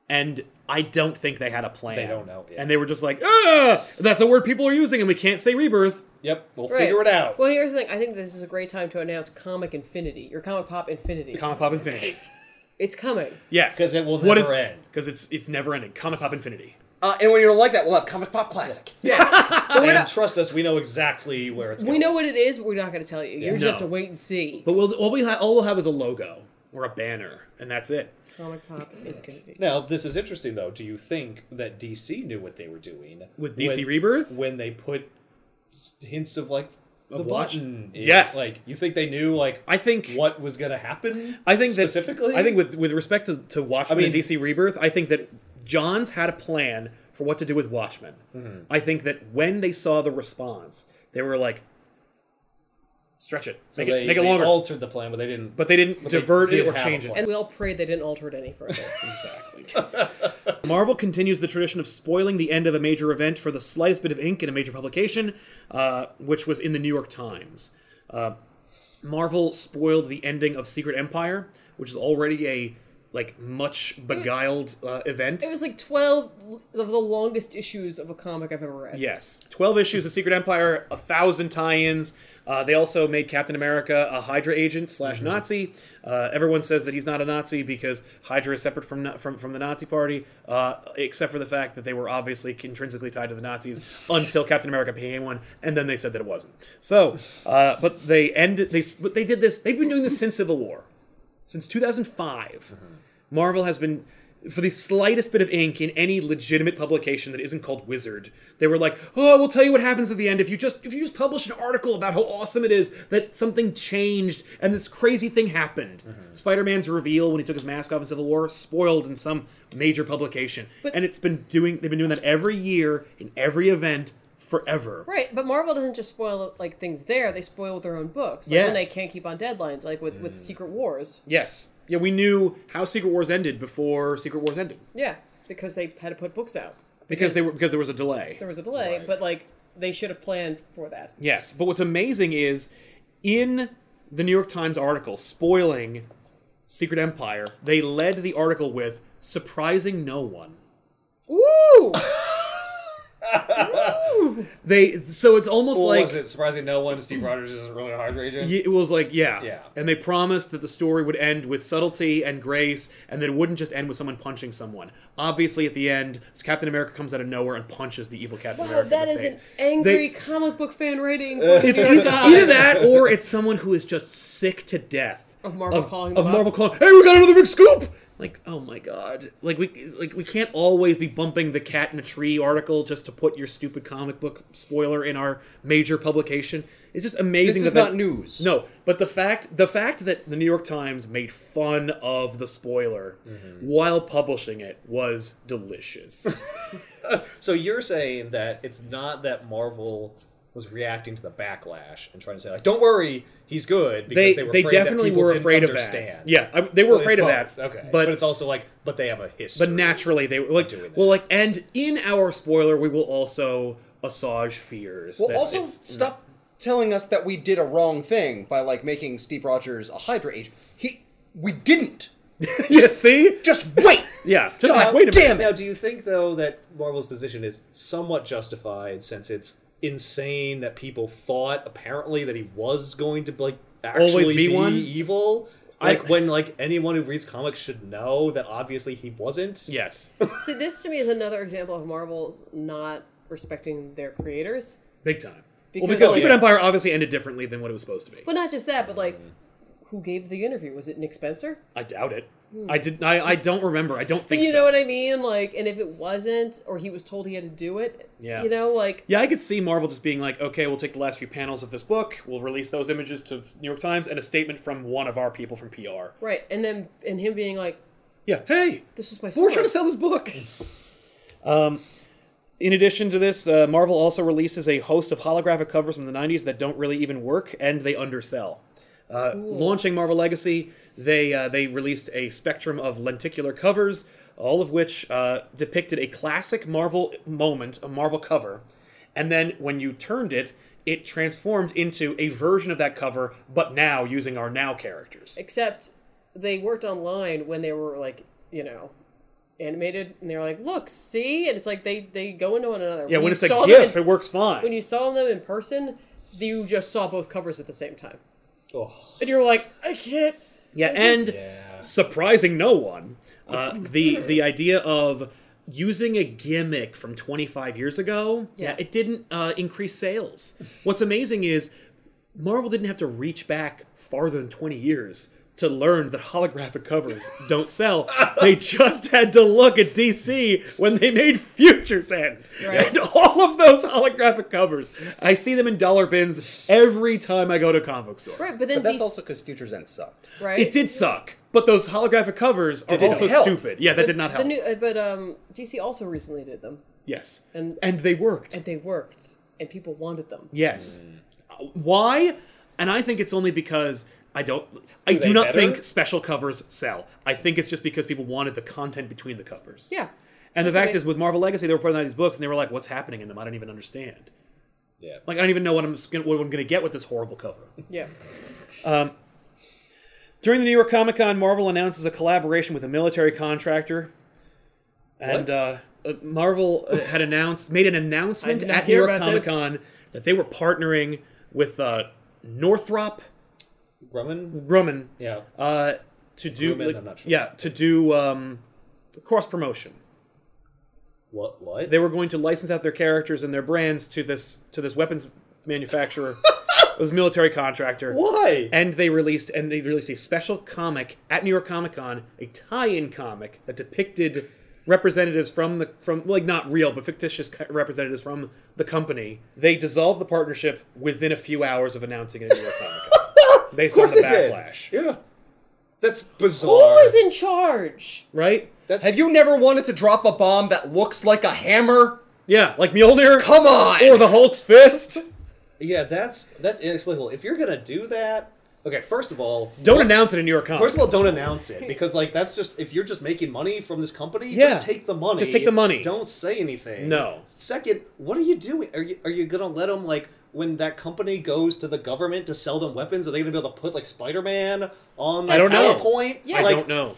Speaker 1: And I don't think they had a plan.
Speaker 2: They don't know, yeah.
Speaker 1: And they were just like, ah, that's a word people are using, and we can't say rebirth.
Speaker 2: Yep. We'll figure it out.
Speaker 4: Well, here's the thing. I think this is a great time to announce Comic Infinity or Comic Pop Infinity.
Speaker 1: Comic Pop Infinity.
Speaker 4: it's coming.
Speaker 1: Yes.
Speaker 2: 'Cause it will never end.
Speaker 1: Because it's it's never ending. Comic Pop Infinity.
Speaker 3: Uh, and when you don't like that, we'll have Comic Pop Classic.
Speaker 2: and trust us, we know exactly where it's
Speaker 4: We
Speaker 2: going.
Speaker 4: know what it is, but we're not going to tell you. You just
Speaker 1: No.
Speaker 4: have to wait and see.
Speaker 1: But we'll all we ha- all we'll have is a logo or a banner, and that's it.
Speaker 4: Comic Pop Infinity.
Speaker 2: Now, this is interesting, though. Do you think that DC knew what they were doing
Speaker 1: With DC
Speaker 2: when-
Speaker 1: Rebirth?
Speaker 2: when they put s- hints of like the
Speaker 1: what?
Speaker 2: button? in?
Speaker 1: Yes.
Speaker 2: Like you think they knew like
Speaker 1: I think
Speaker 2: what was going to happen?
Speaker 1: I think that-
Speaker 2: specifically.
Speaker 1: I think with with respect to, to Watchmen
Speaker 2: I mean-
Speaker 1: and DC Rebirth, I think that Johns had a plan for what to do with
Speaker 2: Mm-hmm.
Speaker 1: Watchmen. I think that when they saw the response, they were like, stretch it,
Speaker 2: So
Speaker 1: make
Speaker 2: they,
Speaker 1: it make it
Speaker 2: they
Speaker 1: longer.
Speaker 2: altered the plan, but they didn't.
Speaker 1: but they didn't
Speaker 2: but they
Speaker 1: divert
Speaker 2: did
Speaker 1: it or
Speaker 2: have a
Speaker 1: change it.
Speaker 2: plan.
Speaker 4: And we all prayed they didn't alter it any further.
Speaker 1: Exactly. Marvel continues the tradition of spoiling the end of a major event for the slightest bit of ink in a major publication, uh, which was in the New York Times. Uh, Marvel spoiled the ending of Secret Empire, which is already a like much beguiled uh, event.
Speaker 4: it was like 12 of the longest issues of a comic I've ever read.
Speaker 1: Yes, twelve issues of Secret Empire, a thousand tie-ins. Uh, they also made Captain America a Hydra agent slash Nazi. Uh, everyone says that he's not a Nazi because Hydra is separate from Na- from from the Nazi Party, uh, except for the fact that they were obviously intrinsically tied to the Nazis until Captain America became one, and then they said that it wasn't. So, uh, but they ended they but they did this. They've been doing this since Civil War, since two Marvel has been for the slightest bit of ink in any legitimate publication that isn't called Wizard. They were like, "Oh, we'll tell you what happens at the end if you just if you just publish an article about how awesome it is that something changed and this crazy thing happened." Spider-Man's reveal when he took his mask off in Civil War spoiled in some major publication.
Speaker 4: But-
Speaker 1: and it's been doing they've been doing that every year in every event forever.
Speaker 4: Right, but Marvel doesn't just spoil like things there; they spoil with their own books. Like when they
Speaker 1: Yes. Mm.
Speaker 4: can't keep on deadlines, like with, with Secret Wars.
Speaker 1: Yes. Yeah, we knew how Secret Wars ended before Secret Wars ended
Speaker 4: Yeah, because they had to put books out
Speaker 1: because they were because there was a delay.
Speaker 4: there was a delay.
Speaker 2: Right.
Speaker 4: But like they should have planned for that.
Speaker 1: Yes, but what's amazing is in the New York Times article spoiling Secret Empire, they led the article with surprising no one.
Speaker 4: Ooh,
Speaker 1: They so it's almost
Speaker 2: Well,
Speaker 1: like
Speaker 2: was it surprising no one? Steve Rogers isn't really a Hydra agent.
Speaker 1: Y- It was like, yeah.
Speaker 2: Yeah.
Speaker 1: And they promised that the story would end with subtlety and grace, and that it wouldn't just end with someone punching someone. Obviously, at the end, Captain America comes out of nowhere and punches the evil Captain
Speaker 4: wow,
Speaker 1: America. in
Speaker 4: that
Speaker 1: the
Speaker 4: is
Speaker 1: face.
Speaker 4: an angry
Speaker 1: They-
Speaker 4: comic book fan rating.
Speaker 1: It's either, either that or it's someone who is just sick to death
Speaker 4: Of Marvel calling them
Speaker 1: of
Speaker 4: up.
Speaker 1: Marvel calling. Hey, we got another big scoop! Like, oh my god! Like we like we can't always be bumping the cat in a tree article just to put your stupid comic book spoiler in our major publication. It's just amazing.
Speaker 3: This is
Speaker 1: that that-
Speaker 3: not news.
Speaker 1: No, but the fact the fact that the New York Times made fun of the spoiler
Speaker 2: Mm-hmm.
Speaker 1: while publishing it was delicious.
Speaker 2: So you're saying that it's not that Marvel was reacting to the backlash and trying to say like, "Don't worry, he's good." Because
Speaker 1: they
Speaker 2: they, were
Speaker 1: they
Speaker 2: afraid that
Speaker 1: definitely
Speaker 2: people
Speaker 1: were
Speaker 2: didn't
Speaker 1: afraid of
Speaker 2: understand.
Speaker 1: that. Yeah, I, they were
Speaker 2: Well, it's
Speaker 1: afraid of
Speaker 2: both,
Speaker 1: that.
Speaker 2: Okay,
Speaker 1: but
Speaker 2: but, it's also like, but they have a history.
Speaker 1: But naturally, they were like,
Speaker 2: doing that.
Speaker 1: well, like, and in our spoiler, we will also assuage fears.
Speaker 3: Well,
Speaker 1: that
Speaker 3: also
Speaker 1: it's-
Speaker 3: stop telling us that we did a wrong thing by like making Steve Rogers a Hydra agent. He, we didn't.
Speaker 1: yeah, see,
Speaker 3: Just wait.
Speaker 1: yeah, just
Speaker 3: God
Speaker 1: like, wait a
Speaker 3: damn
Speaker 1: minute.
Speaker 2: Now, do you think though that Marvel's position is somewhat justified since it's insane that people thought apparently that he was going to like actually
Speaker 1: Always be one?
Speaker 2: evil?
Speaker 1: I-
Speaker 2: Like when like anyone who reads comics should know that obviously he wasn't.
Speaker 1: Yes,
Speaker 4: See, this to me is another example of Marvel's not respecting their creators.
Speaker 1: big time.
Speaker 4: Because-
Speaker 1: well, because
Speaker 4: Oh,
Speaker 1: Secret
Speaker 2: yeah.
Speaker 1: Empire obviously ended differently than what it was supposed to be.
Speaker 4: But not just that, but like, who gave the interview? Was it Nick Spencer?
Speaker 1: I doubt it. I did. I, I don't remember. I don't
Speaker 4: But
Speaker 1: think
Speaker 4: you
Speaker 1: so.
Speaker 4: know what I mean? Like, and if it wasn't, or he was told he had to do it,
Speaker 1: Yeah.
Speaker 4: you know, like,
Speaker 1: Yeah, I could see Marvel just being like, okay, we'll take the last few panels of this book, we'll release those images to the New York Times, and a statement from one of our people from PR.
Speaker 4: right. And then, and him being like,
Speaker 1: Yeah, hey,
Speaker 4: this is my
Speaker 1: We're
Speaker 4: story.
Speaker 1: trying to sell this book. um, in addition to this, uh, Marvel also releases a host of holographic covers from the 90s that don't really even work and they undersell. Uh,
Speaker 4: Cool.
Speaker 1: Launching Marvel Legacy, they uh, they released a spectrum of lenticular covers, all of which uh, depicted a classic Marvel moment, a Marvel cover, and then when you turned it, it transformed into a version of that cover, but now using our now characters.
Speaker 4: Except they worked online when they were like, you know, animated, and they were like, look, see, and it's like they they go into one another.
Speaker 1: Yeah, when,
Speaker 4: you
Speaker 1: it's a
Speaker 4: saw them
Speaker 1: GIF,
Speaker 4: in-
Speaker 1: it works fine.
Speaker 4: when you saw them in person, you just saw both covers at the same time,
Speaker 2: Ugh.
Speaker 4: and you were like, I can't.
Speaker 1: Yeah,
Speaker 4: This
Speaker 1: and
Speaker 4: is-
Speaker 2: Yeah.
Speaker 1: surprising no one, uh, the the idea of using a gimmick from 25 years ago,
Speaker 4: Yeah.
Speaker 1: it didn't uh, increase sales. What's amazing is Marvel didn't have to reach back farther than 20 years to learn that holographic covers don't sell. they just had to look at DC when they made Futures End.
Speaker 4: Right.
Speaker 1: And all of those holographic covers, I see them in dollar bins every time I go to a comic store.
Speaker 4: Right, but then
Speaker 3: But that's
Speaker 4: these-
Speaker 3: also because Futures End sucked.
Speaker 4: right.
Speaker 1: It did suck, but those holographic covers are
Speaker 3: not
Speaker 1: also
Speaker 3: help.
Speaker 1: stupid. Yeah, that
Speaker 4: But
Speaker 1: did not help.
Speaker 4: The new, uh, but um, DC also recently did them,
Speaker 1: yes,
Speaker 4: and
Speaker 1: and they worked.
Speaker 2: Hmm.
Speaker 4: and they worked, and people wanted them.
Speaker 1: yes, Uh, why? and I think it's only because I don't. I do
Speaker 2: they
Speaker 1: not
Speaker 2: better?
Speaker 1: think special covers sell. I think it's just because people wanted the content between the covers.
Speaker 4: Yeah.
Speaker 1: And the
Speaker 4: Like,
Speaker 1: fact
Speaker 4: they-
Speaker 1: is, with Marvel Legacy, they were putting out these books, and they were like, "What's happening in them? I don't even understand.
Speaker 2: Yeah.
Speaker 1: Like, I don't even know what I'm s- gonna- what I'm going to get with this horrible cover."
Speaker 4: Yeah.
Speaker 1: During the New York Comic Con, Marvel announces a collaboration with a military contractor, and
Speaker 2: What?
Speaker 1: uh, uh, Marvel uh, had announced made an announcement
Speaker 4: did not
Speaker 1: at New
Speaker 4: hear
Speaker 1: York
Speaker 4: about
Speaker 1: Comic
Speaker 4: this.
Speaker 1: Con that they were partnering with uh, Northrop uh,
Speaker 2: Grumman.
Speaker 1: Grumman
Speaker 2: Yeah.
Speaker 1: uh, to do
Speaker 2: Grumman,
Speaker 1: like,
Speaker 2: I'm not sure.
Speaker 1: yeah to do um, cross promotion.
Speaker 2: What? What?
Speaker 1: They were going to license out their characters and their brands to this to this weapons manufacturer, this military contractor.
Speaker 2: Why?
Speaker 1: and they released and they released a special comic at New York Comic Con, a tie-in comic that depicted representatives from the from like not real but fictitious co- representatives from the company. They dissolved the partnership within a few hours of announcing it at New York Comic Con, based on
Speaker 2: of course
Speaker 1: the
Speaker 2: they did.
Speaker 1: backlash.
Speaker 2: Yeah. That's bizarre.
Speaker 4: Who was in charge?
Speaker 1: Right?
Speaker 2: That's
Speaker 3: Have you never wanted to drop a bomb that looks like a hammer?
Speaker 1: Yeah, like Mjolnir
Speaker 3: Come on!
Speaker 1: or the Hulk's fist.
Speaker 2: yeah. That's that's inexplicable. If you're gonna do that, okay. First of all,
Speaker 1: Don't announce it in New York Comic.
Speaker 2: First of all, don't announce it because like that's just if you're just making money from this company,
Speaker 1: Yeah.
Speaker 2: just take the money.
Speaker 1: Just take the money.
Speaker 2: Don't say anything.
Speaker 1: No.
Speaker 2: Second, what are you doing? Are you are you gonna let them like when that company goes to the government to sell them weapons? Are they gonna be able to put like Spider Man on like,
Speaker 1: I don't know.
Speaker 2: point?
Speaker 1: I
Speaker 4: Yeah.
Speaker 2: like,
Speaker 1: don't know.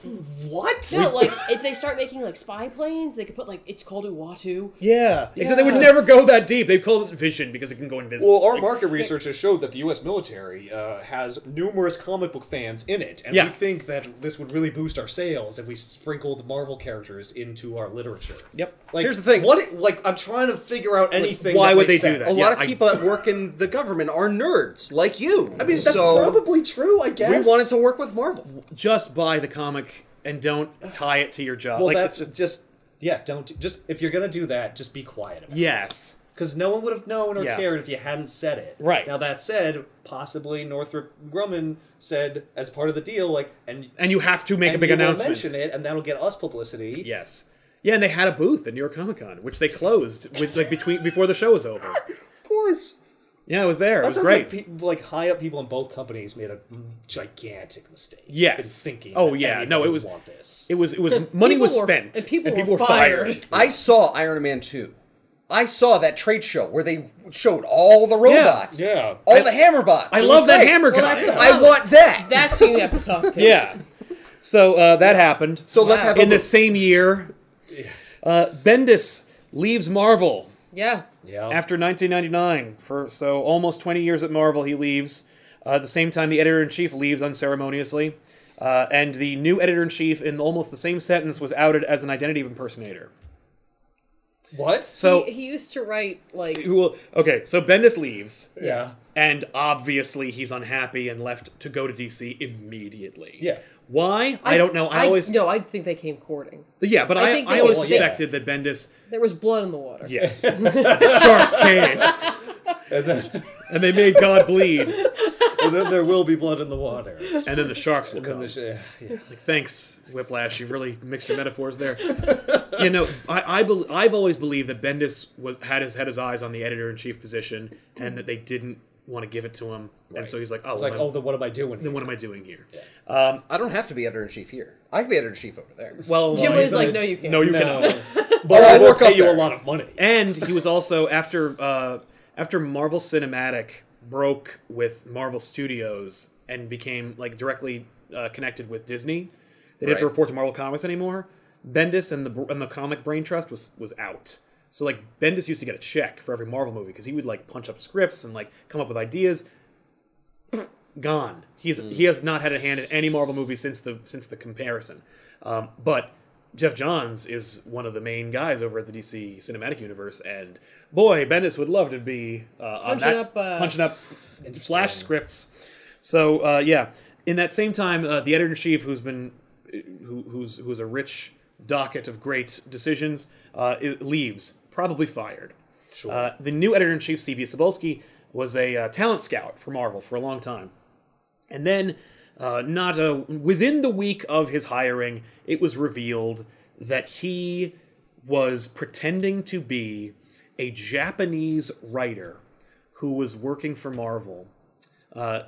Speaker 2: What?
Speaker 4: No, like if they start making like spy planes, they could put like it's called Uatu.
Speaker 1: Yeah. Except they would
Speaker 2: Yeah.
Speaker 1: never go that deep. They'd call it Vision because it can go invisible.
Speaker 2: Well, our
Speaker 1: Like,
Speaker 2: market research has showed that the U.S. military uh, has numerous comic book fans in it, and
Speaker 1: Yeah.
Speaker 2: we think that this would really boost our sales if we sprinkled Marvel characters into our literature.
Speaker 1: Yep.
Speaker 2: Like,
Speaker 3: Here's the thing.
Speaker 2: What? Like, I'm trying to figure out anything.
Speaker 1: why
Speaker 2: that
Speaker 1: would
Speaker 2: makes
Speaker 1: they do
Speaker 2: sense.
Speaker 1: that?
Speaker 3: A
Speaker 1: Yeah,
Speaker 3: lot
Speaker 1: I-
Speaker 3: of people that work in the government are nerds, like you.
Speaker 2: I mean, that's probably true. I
Speaker 3: we
Speaker 2: guess
Speaker 3: wanted to work with Marvel.
Speaker 1: just buy the comic and don't tie it to your job.
Speaker 2: Well,
Speaker 1: like
Speaker 2: that's
Speaker 1: it's just
Speaker 2: just, yeah. Don't just if you're gonna do that, just be quiet about it.
Speaker 1: yes.
Speaker 2: Because no one would have known or
Speaker 1: Yeah.
Speaker 2: cared if you hadn't said it.
Speaker 1: Right.
Speaker 2: Now that said, possibly Northrop Grumman said as part of the deal, like, and
Speaker 1: And you have to make
Speaker 2: and
Speaker 1: a big
Speaker 2: you will
Speaker 1: announcement.
Speaker 2: mention it, and that'll get us publicity.
Speaker 1: Yes. Yeah, and they had a booth at New York Comic Con, which they closed with like between before the show was over.
Speaker 2: Of course.
Speaker 1: Yeah, it was there. It
Speaker 2: That
Speaker 1: was
Speaker 2: sounds
Speaker 1: great.
Speaker 2: like people, like high up people in both companies made a gigantic mistake.
Speaker 1: Yes.
Speaker 2: In thinking.
Speaker 1: Oh,
Speaker 2: that
Speaker 1: yeah.
Speaker 2: anyone
Speaker 1: No, it
Speaker 2: would
Speaker 1: was-
Speaker 2: want this.
Speaker 1: it was it was money
Speaker 4: people
Speaker 1: was
Speaker 4: were-
Speaker 1: spent
Speaker 4: and people were fired.
Speaker 3: I saw Iron Man 2. I saw that trade show where they showed all the
Speaker 1: Yeah,
Speaker 3: robots.
Speaker 2: yeah.
Speaker 3: All
Speaker 1: I-
Speaker 3: the hammer bots.
Speaker 1: I
Speaker 3: It was
Speaker 1: love that
Speaker 3: great.
Speaker 1: hammer
Speaker 4: Well,
Speaker 1: guy.
Speaker 4: that's the-
Speaker 3: I want that.
Speaker 4: That's who you have to talk to.
Speaker 1: yeah. So uh, that happened.
Speaker 3: so let's
Speaker 4: Wow.
Speaker 3: have a
Speaker 1: in the
Speaker 3: look.
Speaker 1: same year, uh, Bendis leaves Marvel
Speaker 4: Yeah.
Speaker 2: yeah.
Speaker 1: after 1999 for so almost 20 years at marvel he leaves uh, at the same time the editor-in-chief leaves unceremoniously uh, and the new editor-in-chief in almost the same sentence was outed as an identity impersonator
Speaker 2: what?
Speaker 1: so
Speaker 4: he, he used to write like
Speaker 1: well, okay so bendis leaves
Speaker 2: yeah.
Speaker 1: and obviously he's unhappy and left to go to dc immediately
Speaker 2: Yeah.
Speaker 1: why i, don't know i, always
Speaker 4: no. I think they came courting.
Speaker 1: yeah but
Speaker 4: I
Speaker 1: i,
Speaker 4: think
Speaker 1: I
Speaker 4: they
Speaker 1: always
Speaker 2: just-
Speaker 1: suspected that bendis
Speaker 4: There was blood in the water.
Speaker 1: yes sharks came
Speaker 2: And then,
Speaker 1: and they made god bleed
Speaker 2: and then there will be blood in the water. And
Speaker 1: and then the sharks will come
Speaker 2: then the sh- yeah, yeah.
Speaker 1: Thanks, Whiplash. You really mixed your metaphors there. you know, I, I bel I've always believed that Bendis was had his had his eyes on the editor in chief position, and that they didn't want to give it to him, and so he's like, oh,
Speaker 2: It's like,
Speaker 1: well,
Speaker 2: oh, then what am I doing?
Speaker 1: then
Speaker 2: here?
Speaker 1: what am I doing here?
Speaker 3: I don't have to be editor in chief here. I can be editor in chief over there.
Speaker 1: Well,
Speaker 4: Jim
Speaker 1: well,
Speaker 4: was
Speaker 1: he's-
Speaker 4: like, "No, you can't."
Speaker 1: no, you
Speaker 2: No.
Speaker 1: cannot.
Speaker 2: but
Speaker 3: I
Speaker 2: I will
Speaker 3: work up
Speaker 2: pay you a
Speaker 3: there.
Speaker 2: lot of money.
Speaker 1: And he was also after uh, after Marvel Cinematic broke with Marvel Studios and became like directly uh, connected with Disney. They didn't have to
Speaker 3: Right.
Speaker 1: report to Marvel Comics anymore. Bendis and the and the comic Brain Trust was was out. So like Bendis used to get a check for every Marvel movie because he would like punch up scripts and like come up with ideas. Gone. He's he has not had a hand in any Marvel movie since the since the comparison. Um, but Jeff Johns is one of the main guys over at the DC Cinematic Universe, and boy, Bendis would love to be uh,
Speaker 4: Punching
Speaker 1: on that,
Speaker 4: up, uh,
Speaker 1: punching up flash scripts. So uh, yeah, in that same time, uh, the editor in chief, who's been who, who's who's a rich docket of great decisions, uh, i- leaves, probably fired.
Speaker 2: Sure.
Speaker 1: Uh, the new editor in chief, C.B. Sobolski, was a uh, talent scout for Marvel for a long time. And then, uh, not a, within the week of his hiring, it was revealed that he was pretending to be a Japanese writer who was working for Marvel Uh,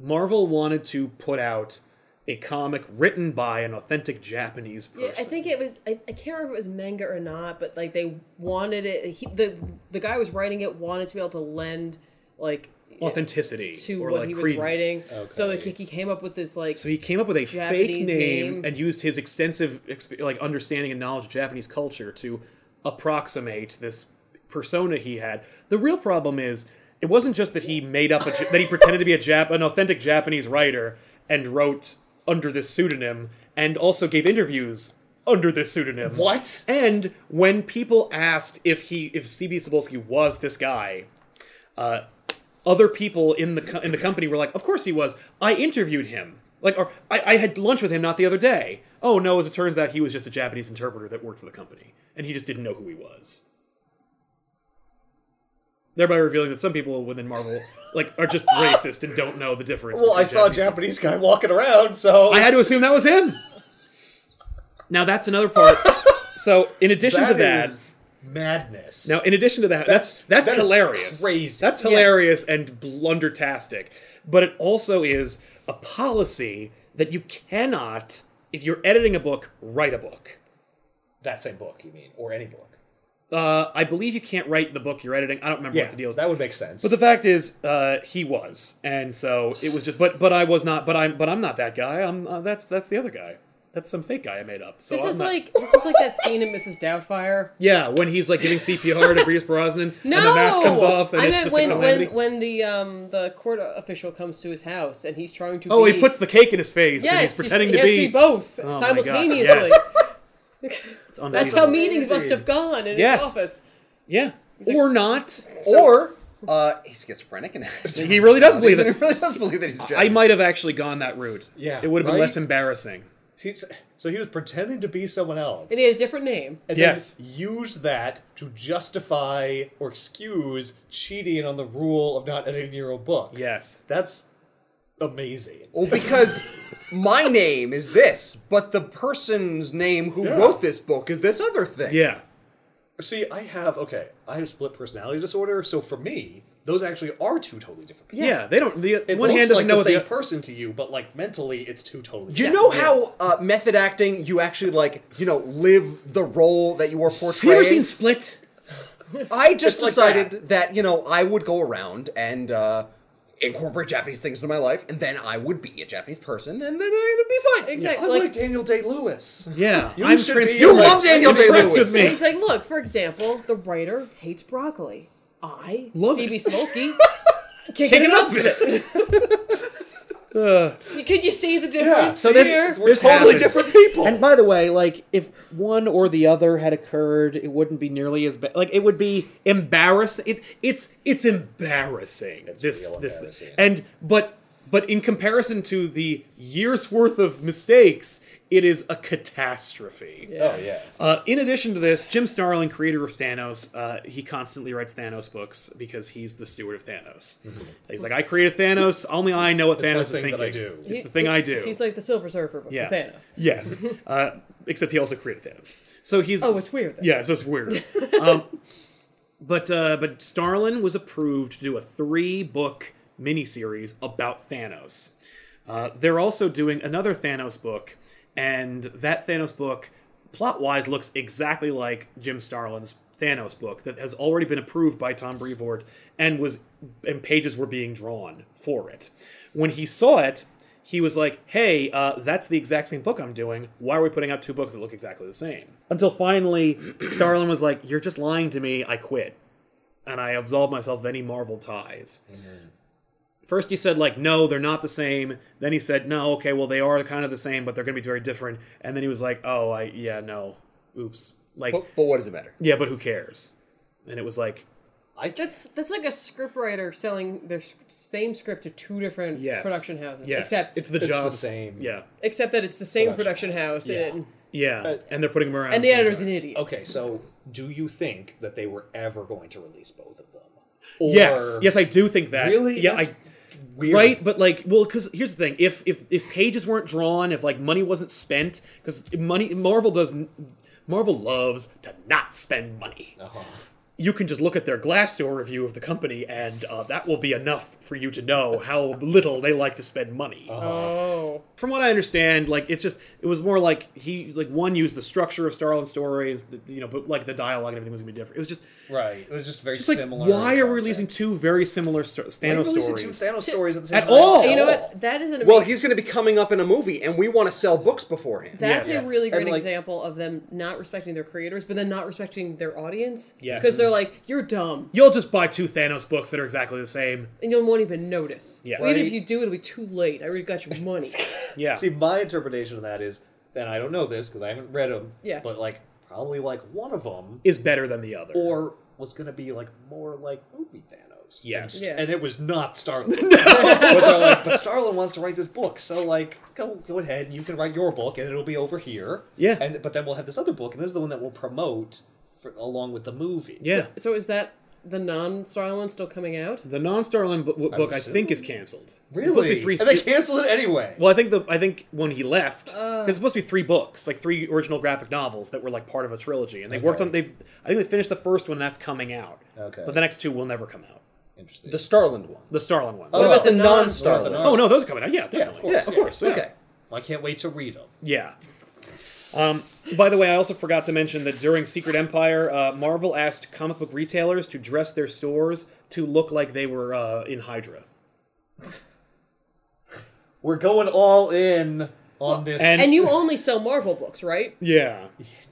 Speaker 1: Marvel wanted to put out a comic written by an authentic Japanese person.
Speaker 4: Yeah, I think it was. I, I can't remember if it was manga or not, but like they wanted it. He, the the guy who was writing it wanted to be able to lend like
Speaker 1: authenticity
Speaker 4: to
Speaker 1: or,
Speaker 4: what
Speaker 1: like,
Speaker 4: he was
Speaker 1: credence.
Speaker 4: writing. So like,
Speaker 2: Okay.
Speaker 4: he came up with this like
Speaker 1: So he came up with a fake
Speaker 4: Japanese
Speaker 1: name,
Speaker 4: name.
Speaker 1: and used his extensive exp- like understanding and knowledge of Japanese culture to approximate this persona he had. The real problem is it wasn't just that he made up a, Ja- that he pretended to be a Jap an authentic Japanese writer and wrote under this pseudonym and also gave interviews under this pseudonym.
Speaker 2: What?
Speaker 1: And when people asked if he if CB Cebulski was this guy, uh, other people in the co- in the company were like, "Of course he was. I interviewed him. Like, or I, I had lunch with him not the other day. Oh no! As it turns out, he was just a Japanese interpreter that worked for the company, and he just didn't know who he was." Thereby revealing that some people within Marvel like are just racist and don't know the difference.
Speaker 2: Well, I
Speaker 1: between
Speaker 2: saw a
Speaker 1: Japanese-
Speaker 2: Japanese guy walking around, so
Speaker 1: I had to assume that was him. Now that's another part. So in addition to that,
Speaker 2: is madness.
Speaker 1: now, in addition to that, that's that's,
Speaker 2: That's- that is
Speaker 1: hilarious.
Speaker 2: crazy.
Speaker 1: That's
Speaker 4: Yeah.
Speaker 1: hilarious and blundertastic. But it also is a policy that you cannot, if you're editing a book, write a book.
Speaker 2: that same book, you mean, or any book?
Speaker 1: Uh, I believe you can't write the book you're editing. I don't remember what the deal is.
Speaker 2: that would make sense.
Speaker 1: But the fact is, uh, he was, and so it was just. But but I was not. But I'm but I'm not that guy. I'm uh, that's that's the other guy. That's some fake guy I made up. So
Speaker 4: this
Speaker 1: I'm
Speaker 4: is
Speaker 1: not-
Speaker 4: like this is like that scene in Mrs. Doubtfire.
Speaker 1: yeah, when he's like giving CPR to Pierce Brosnan,
Speaker 4: No,
Speaker 1: and the mask comes off, and
Speaker 4: I
Speaker 1: it's
Speaker 4: meant
Speaker 1: just a
Speaker 4: when
Speaker 1: calamity.
Speaker 4: when when the um the court official comes to his house and he's trying to
Speaker 1: Oh,
Speaker 4: be,
Speaker 1: he puts the cake in his face. and
Speaker 4: yes
Speaker 1: he's pretending
Speaker 4: he
Speaker 1: to
Speaker 4: has
Speaker 1: be.
Speaker 4: both
Speaker 1: Oh my God,
Speaker 4: simultaneously.
Speaker 1: yes. It's
Speaker 4: That's
Speaker 1: unbelievable.
Speaker 4: how meetings must have gone in
Speaker 1: Yes.
Speaker 4: his office.
Speaker 1: Yeah, or not.
Speaker 3: or uh, he's schizophrenic and
Speaker 1: He really does believe
Speaker 3: He
Speaker 1: it.
Speaker 3: really does believe that he's. Japanese.
Speaker 1: I might have actually gone that route.
Speaker 2: Yeah,
Speaker 1: it would have been
Speaker 2: right?
Speaker 1: less embarrassing.
Speaker 2: He's- so he was pretending to be someone else,
Speaker 4: And he had a different name.
Speaker 2: and
Speaker 1: Yes.
Speaker 2: then used that to justify or excuse cheating on the rule of not editing your own book.
Speaker 1: Yes.
Speaker 2: that's amazing.
Speaker 3: Well, because my name is this, but the person's name who
Speaker 2: Yeah.
Speaker 3: wrote this book is this other thing.
Speaker 1: Yeah.
Speaker 2: See, I have okay, I have split personality disorder, so for me, those actually are two totally different people.
Speaker 1: Yeah. They don't. The
Speaker 2: It
Speaker 1: one
Speaker 2: looks
Speaker 1: hand doesn't
Speaker 2: like
Speaker 1: know
Speaker 2: the
Speaker 1: what
Speaker 2: same
Speaker 1: the.
Speaker 2: person to you, but like mentally, it's two totally.
Speaker 3: You
Speaker 2: different
Speaker 3: know how uh, method acting, you actually like, you know, live the role that you are
Speaker 1: Have you
Speaker 3: portraying.
Speaker 1: ever seen Split?
Speaker 3: I just
Speaker 2: It's like
Speaker 3: decided that. you know, I would go around and uh, incorporate Japanese things into my life, and then I would be a Japanese person, and then I'd be fine.
Speaker 4: Exactly.
Speaker 2: I like,
Speaker 4: like,
Speaker 2: Daniel Day Lewis.
Speaker 1: Yeah.
Speaker 2: You
Speaker 1: I'm
Speaker 2: should
Speaker 1: trans-
Speaker 2: be-
Speaker 3: You
Speaker 2: Like,
Speaker 3: love Daniel Day
Speaker 1: impressed with
Speaker 3: Lewis.
Speaker 1: me.
Speaker 4: He's like, look, for example, the writer hates broccoli. I,
Speaker 1: Love
Speaker 4: CB
Speaker 1: it.
Speaker 4: Smolsky, can't
Speaker 1: Kick
Speaker 4: get
Speaker 1: it
Speaker 4: enough
Speaker 1: up.
Speaker 4: of it.
Speaker 1: Ugh.
Speaker 4: Could you see the difference
Speaker 1: So this-
Speaker 4: here?
Speaker 1: it's worth- This
Speaker 2: totally
Speaker 1: happens.
Speaker 2: different people.
Speaker 1: And by the way, like if one or the other had occurred, it wouldn't be nearly as bad. Like it would be embarrassing. It, it's it's embarrassing. this
Speaker 2: real
Speaker 1: this
Speaker 2: embarrassing.
Speaker 1: and but but in comparison to the years worth of mistakes, it is a catastrophe.
Speaker 2: oh yeah.
Speaker 1: Uh, in addition to this, Jim Starlin, creator of Thanos, uh, he constantly writes Thanos books because he's the steward of Thanos. He's like, I created Thanos. Only I know what
Speaker 2: Mm-hmm. It's
Speaker 1: Thanos
Speaker 2: my
Speaker 1: is
Speaker 2: thing
Speaker 1: thinking.
Speaker 2: that I do.
Speaker 1: It's the thing I do.
Speaker 4: He's like the Silver Surfer but
Speaker 1: Yeah.
Speaker 4: for Thanos.
Speaker 1: Yes. uh, except he also created Thanos. So he's.
Speaker 4: Oh, it's weird, then.
Speaker 1: Yeah, so it's weird. um, but uh, but Starlin was approved to do a three book miniseries about Thanos. Uh, they're also doing another Thanos book, and that Thanos book, plot wise, looks exactly like Jim Starlin's Thanos book that has already been approved by Tom Brevoort and was and pages were being drawn for it. When he saw it, he was like, "Hey, uh, that's the exact same book I'm doing. Why are we putting out two books that look exactly the same?" Until finally, Starlin was like, "You're just lying to me. I quit, and I absolve myself of any Marvel ties."
Speaker 2: Mm-hmm.
Speaker 1: First, he said like, "No, they're not the same." Then he said, "No, okay, well, they are kind of the same, but they're going to be very different." And then he was like, "Oh, I yeah, no, oops." Like,
Speaker 3: But, but what does it matter?
Speaker 1: yeah, but who cares? And it was like,
Speaker 2: I can
Speaker 4: That's that's like a scriptwriter selling their s- same script to two different
Speaker 1: yes,
Speaker 4: production houses.
Speaker 1: yes,
Speaker 4: Except
Speaker 1: it's the
Speaker 2: It's the
Speaker 1: job,
Speaker 2: same.
Speaker 1: yeah,
Speaker 4: except that it's the same
Speaker 2: Production
Speaker 4: production house
Speaker 1: Yeah.
Speaker 4: and,
Speaker 1: yeah,
Speaker 2: Uh,
Speaker 1: and they're putting them around.
Speaker 4: and the
Speaker 1: same
Speaker 4: editor's
Speaker 1: time.
Speaker 4: an idiot.
Speaker 2: Okay, so do you think that they were ever going to release both of them? Or
Speaker 1: Yes, yes, I do think that.
Speaker 2: really?
Speaker 1: Yeah,
Speaker 2: That's
Speaker 1: I,
Speaker 2: weird.
Speaker 1: Right, but like, well, because here's the thing: if if if pages weren't drawn, if like money wasn't spent, because money Marvel doesn't Marvel loves to not spend money.
Speaker 2: Uh-huh.
Speaker 1: you can just look at their Glassdoor review of the company, and uh, that will be enough for you to know how little they like to spend money.
Speaker 2: Uh-huh.
Speaker 4: Oh.
Speaker 1: From what I understand, like it's just it was more like he like one used the structure of Starlin's story, and you know, but like the dialogue and everything was gonna be different. It was just
Speaker 2: Right. It was just very
Speaker 1: just like
Speaker 2: similar.
Speaker 1: why are we
Speaker 2: concept.
Speaker 1: releasing two very similar st-
Speaker 2: Why are you
Speaker 1: Thanos
Speaker 2: releasing
Speaker 1: stories?
Speaker 2: two Thanos stories at the same
Speaker 1: At
Speaker 2: time?
Speaker 1: all.
Speaker 4: You know
Speaker 1: Oh.
Speaker 4: what? That is an amazing.
Speaker 3: Well, he's going to be coming up in a movie, and we want to sell books beforehand.
Speaker 4: That's
Speaker 1: Yes.
Speaker 4: a really
Speaker 2: And,
Speaker 4: great
Speaker 2: like-
Speaker 4: example of them not respecting their creators, but then not respecting their audience.
Speaker 1: Yes.
Speaker 4: Because they're like, you're dumb,
Speaker 1: You'll just buy two Thanos books that are exactly the same.
Speaker 4: and you won't even notice.
Speaker 1: Yeah.
Speaker 4: Even
Speaker 2: Right.
Speaker 4: if you do, it'll be too late. I already got your money.
Speaker 1: Yeah.
Speaker 2: See, my interpretation of that is, and I don't know this because I haven't read them.
Speaker 4: Yeah.
Speaker 2: But like, probably like one of them,
Speaker 1: is better than the other.
Speaker 2: or was gonna be like more like movie Thanos.
Speaker 1: Yes.
Speaker 4: Yeah.
Speaker 2: And it was not Starlin. but they're like, but Starlin wants to write this book, so like, go go ahead and you can write your book, and it'll be over here.
Speaker 1: Yeah.
Speaker 2: And but then we'll have this other book, and this is the one that we'll promote for, along with the movie.
Speaker 1: yeah.
Speaker 4: so is that the non-Starlin still coming out?
Speaker 1: The non-Starlin bu- bu- book, I
Speaker 2: assume.
Speaker 1: think, is canceled. It's supposed to
Speaker 2: Really?
Speaker 1: be three-
Speaker 2: and they canceled it anyway.
Speaker 1: well, I think the I think when he left, because it's supposed to be three books, like three original graphic novels that were like part of a trilogy, and they worked
Speaker 2: Okay.
Speaker 1: on. They, I think they finished the first one. That's coming out.
Speaker 2: Okay.
Speaker 1: But the next two will never come out.
Speaker 2: Interesting.
Speaker 3: The Starland one.
Speaker 1: The Starlin ones.
Speaker 2: Oh,
Speaker 3: What about the
Speaker 4: the non-
Speaker 3: non-Starland?
Speaker 2: what about
Speaker 1: Oh no, those are coming out. Yeah, definitely.
Speaker 3: Yeah,
Speaker 2: course,
Speaker 1: of course. Yeah.
Speaker 3: Okay.
Speaker 2: I can't wait to read them.
Speaker 1: Yeah. Um, by the way, I also forgot to mention that during Secret Empire, uh, Marvel asked comic book retailers to dress their stores to look like they were uh, in Hydra.
Speaker 2: We're going all in on this.
Speaker 1: and-
Speaker 4: And you only sell Marvel books, right?
Speaker 1: Yeah.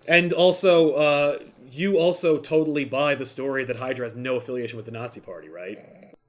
Speaker 1: And also, uh, you also totally buy the story that Hydra has no affiliation with the Nazi Party, right?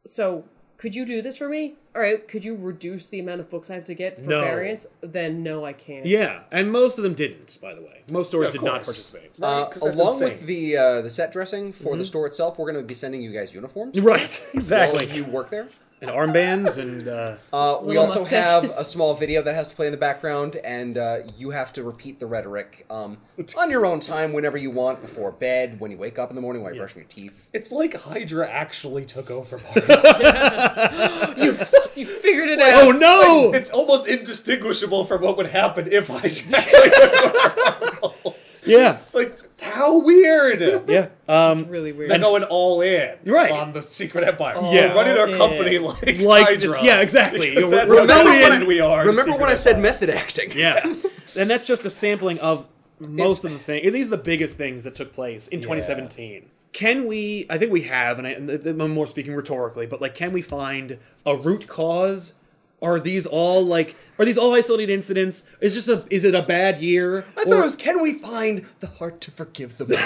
Speaker 4: So could you do this for me? All right. Could you reduce the amount of books I have to get for
Speaker 1: No.
Speaker 4: variants? Then no, I can't.
Speaker 1: Yeah. And most of them didn't, by the way. Most stores
Speaker 2: Of
Speaker 1: did not
Speaker 2: course.
Speaker 1: participate.
Speaker 2: Right,
Speaker 3: Uh,
Speaker 2: 'cause that's
Speaker 3: along
Speaker 2: insane.
Speaker 3: with the uh, the set dressing for the store itself, we're going to be sending you guys uniforms.
Speaker 1: Right, exactly.
Speaker 3: All of you work there.
Speaker 1: And armbands and. Uh,
Speaker 3: Uh, we
Speaker 4: Little
Speaker 3: also have a
Speaker 4: mustaches.
Speaker 3: small video that has to play in the background, and uh, you have to repeat the rhetoric um, on your own time, whenever you want, before bed, when you wake up in the morning, while you're brushing your teeth.
Speaker 2: It's like Hydra actually took over Marvel.
Speaker 4: You you figured it out.
Speaker 1: oh no!
Speaker 2: it's almost indistinguishable from what would happen if Hydra actually took over Marvel.
Speaker 1: yeah.
Speaker 2: Like, how weird!
Speaker 1: Yeah. Um,
Speaker 4: Really weird.
Speaker 2: They're going all in
Speaker 1: Right.
Speaker 2: on the Secret Empire.
Speaker 1: Yeah.
Speaker 2: We're running our
Speaker 4: in.
Speaker 2: company like,
Speaker 1: Like it's-
Speaker 2: Hydra.
Speaker 1: yeah, exactly.
Speaker 2: Because
Speaker 1: We're-
Speaker 2: that's
Speaker 1: we're
Speaker 2: how
Speaker 1: so in.
Speaker 2: committed we are. to
Speaker 3: Remember
Speaker 2: Secret
Speaker 3: when I said
Speaker 2: Empire.
Speaker 3: method acting?
Speaker 1: yeah. and that's just a sampling of most of the things. These are the biggest things that took place in 2017. Can we? I think we have, and, I, and it's- I'm more speaking rhetorically, but like, can we find a root cause? Are these all like? Are these all isolated incidents? Is just a? Is it a bad year?
Speaker 3: I thought it was. Can we find the heart to forgive the body?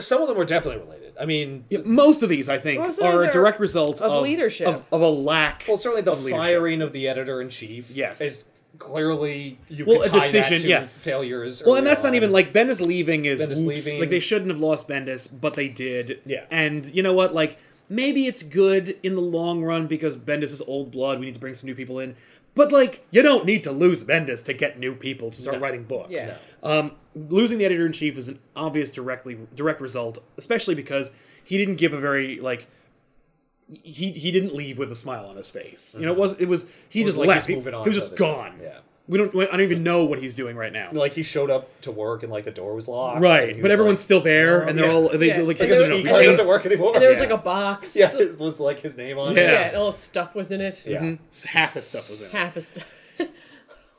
Speaker 2: Some of them were definitely related. I mean,
Speaker 1: most of these, I think,
Speaker 4: Most of
Speaker 1: are
Speaker 4: these
Speaker 1: a
Speaker 4: are
Speaker 1: direct result
Speaker 4: of
Speaker 1: of
Speaker 4: leadership.
Speaker 1: of, of a lack.
Speaker 2: well, certainly the
Speaker 1: of leadership.
Speaker 2: firing of the editor in chief.
Speaker 1: Yes.
Speaker 2: is clearly you
Speaker 1: Well,
Speaker 2: could
Speaker 1: a
Speaker 2: tie
Speaker 1: decision,
Speaker 2: that to
Speaker 1: yeah.
Speaker 2: failures.
Speaker 1: Well, and
Speaker 2: early
Speaker 1: that's not
Speaker 2: on.
Speaker 1: even like Bendis leaving is
Speaker 2: Bendis
Speaker 1: oops.
Speaker 2: leaving.
Speaker 1: like they shouldn't have lost Bendis, but they did.
Speaker 2: Yeah.
Speaker 1: And you know what? Like maybe it's good in the long run because Bendis is old blood. We need to bring some new people in. But like you don't need to lose Bendis to get new people to start writing books.
Speaker 4: Yeah.
Speaker 1: Um, losing the editor in chief is an obvious directly direct result, especially because he didn't give a very like. He, he didn't leave with a smile on his face. You know, it was it was he
Speaker 2: Mm-hmm. was
Speaker 1: just
Speaker 2: like
Speaker 1: left.
Speaker 2: he's
Speaker 1: He,
Speaker 2: moving on
Speaker 1: he was
Speaker 2: to
Speaker 1: just
Speaker 2: other-
Speaker 1: gone.
Speaker 2: yeah.
Speaker 1: We don't. I don't even know what he's doing right now.
Speaker 2: like he showed up to work and like the door was locked. and
Speaker 1: Right,
Speaker 2: he
Speaker 1: but
Speaker 2: was
Speaker 1: everyone's
Speaker 2: like,
Speaker 1: still there, and they're
Speaker 2: Yeah.
Speaker 1: all they
Speaker 4: Yeah.
Speaker 1: like.
Speaker 4: Like,
Speaker 1: no,
Speaker 2: his
Speaker 1: no, no,
Speaker 2: e
Speaker 1: we
Speaker 2: card
Speaker 1: can't-
Speaker 2: doesn't work anymore.
Speaker 4: And there was
Speaker 1: Yeah.
Speaker 4: like a box.
Speaker 2: yeah, it was like his name on
Speaker 1: Yeah. Mm-hmm.
Speaker 2: it.
Speaker 4: Yeah, and all stuff was in it.
Speaker 2: Yeah.
Speaker 1: half the stuff was in. it.
Speaker 4: Half a stuff.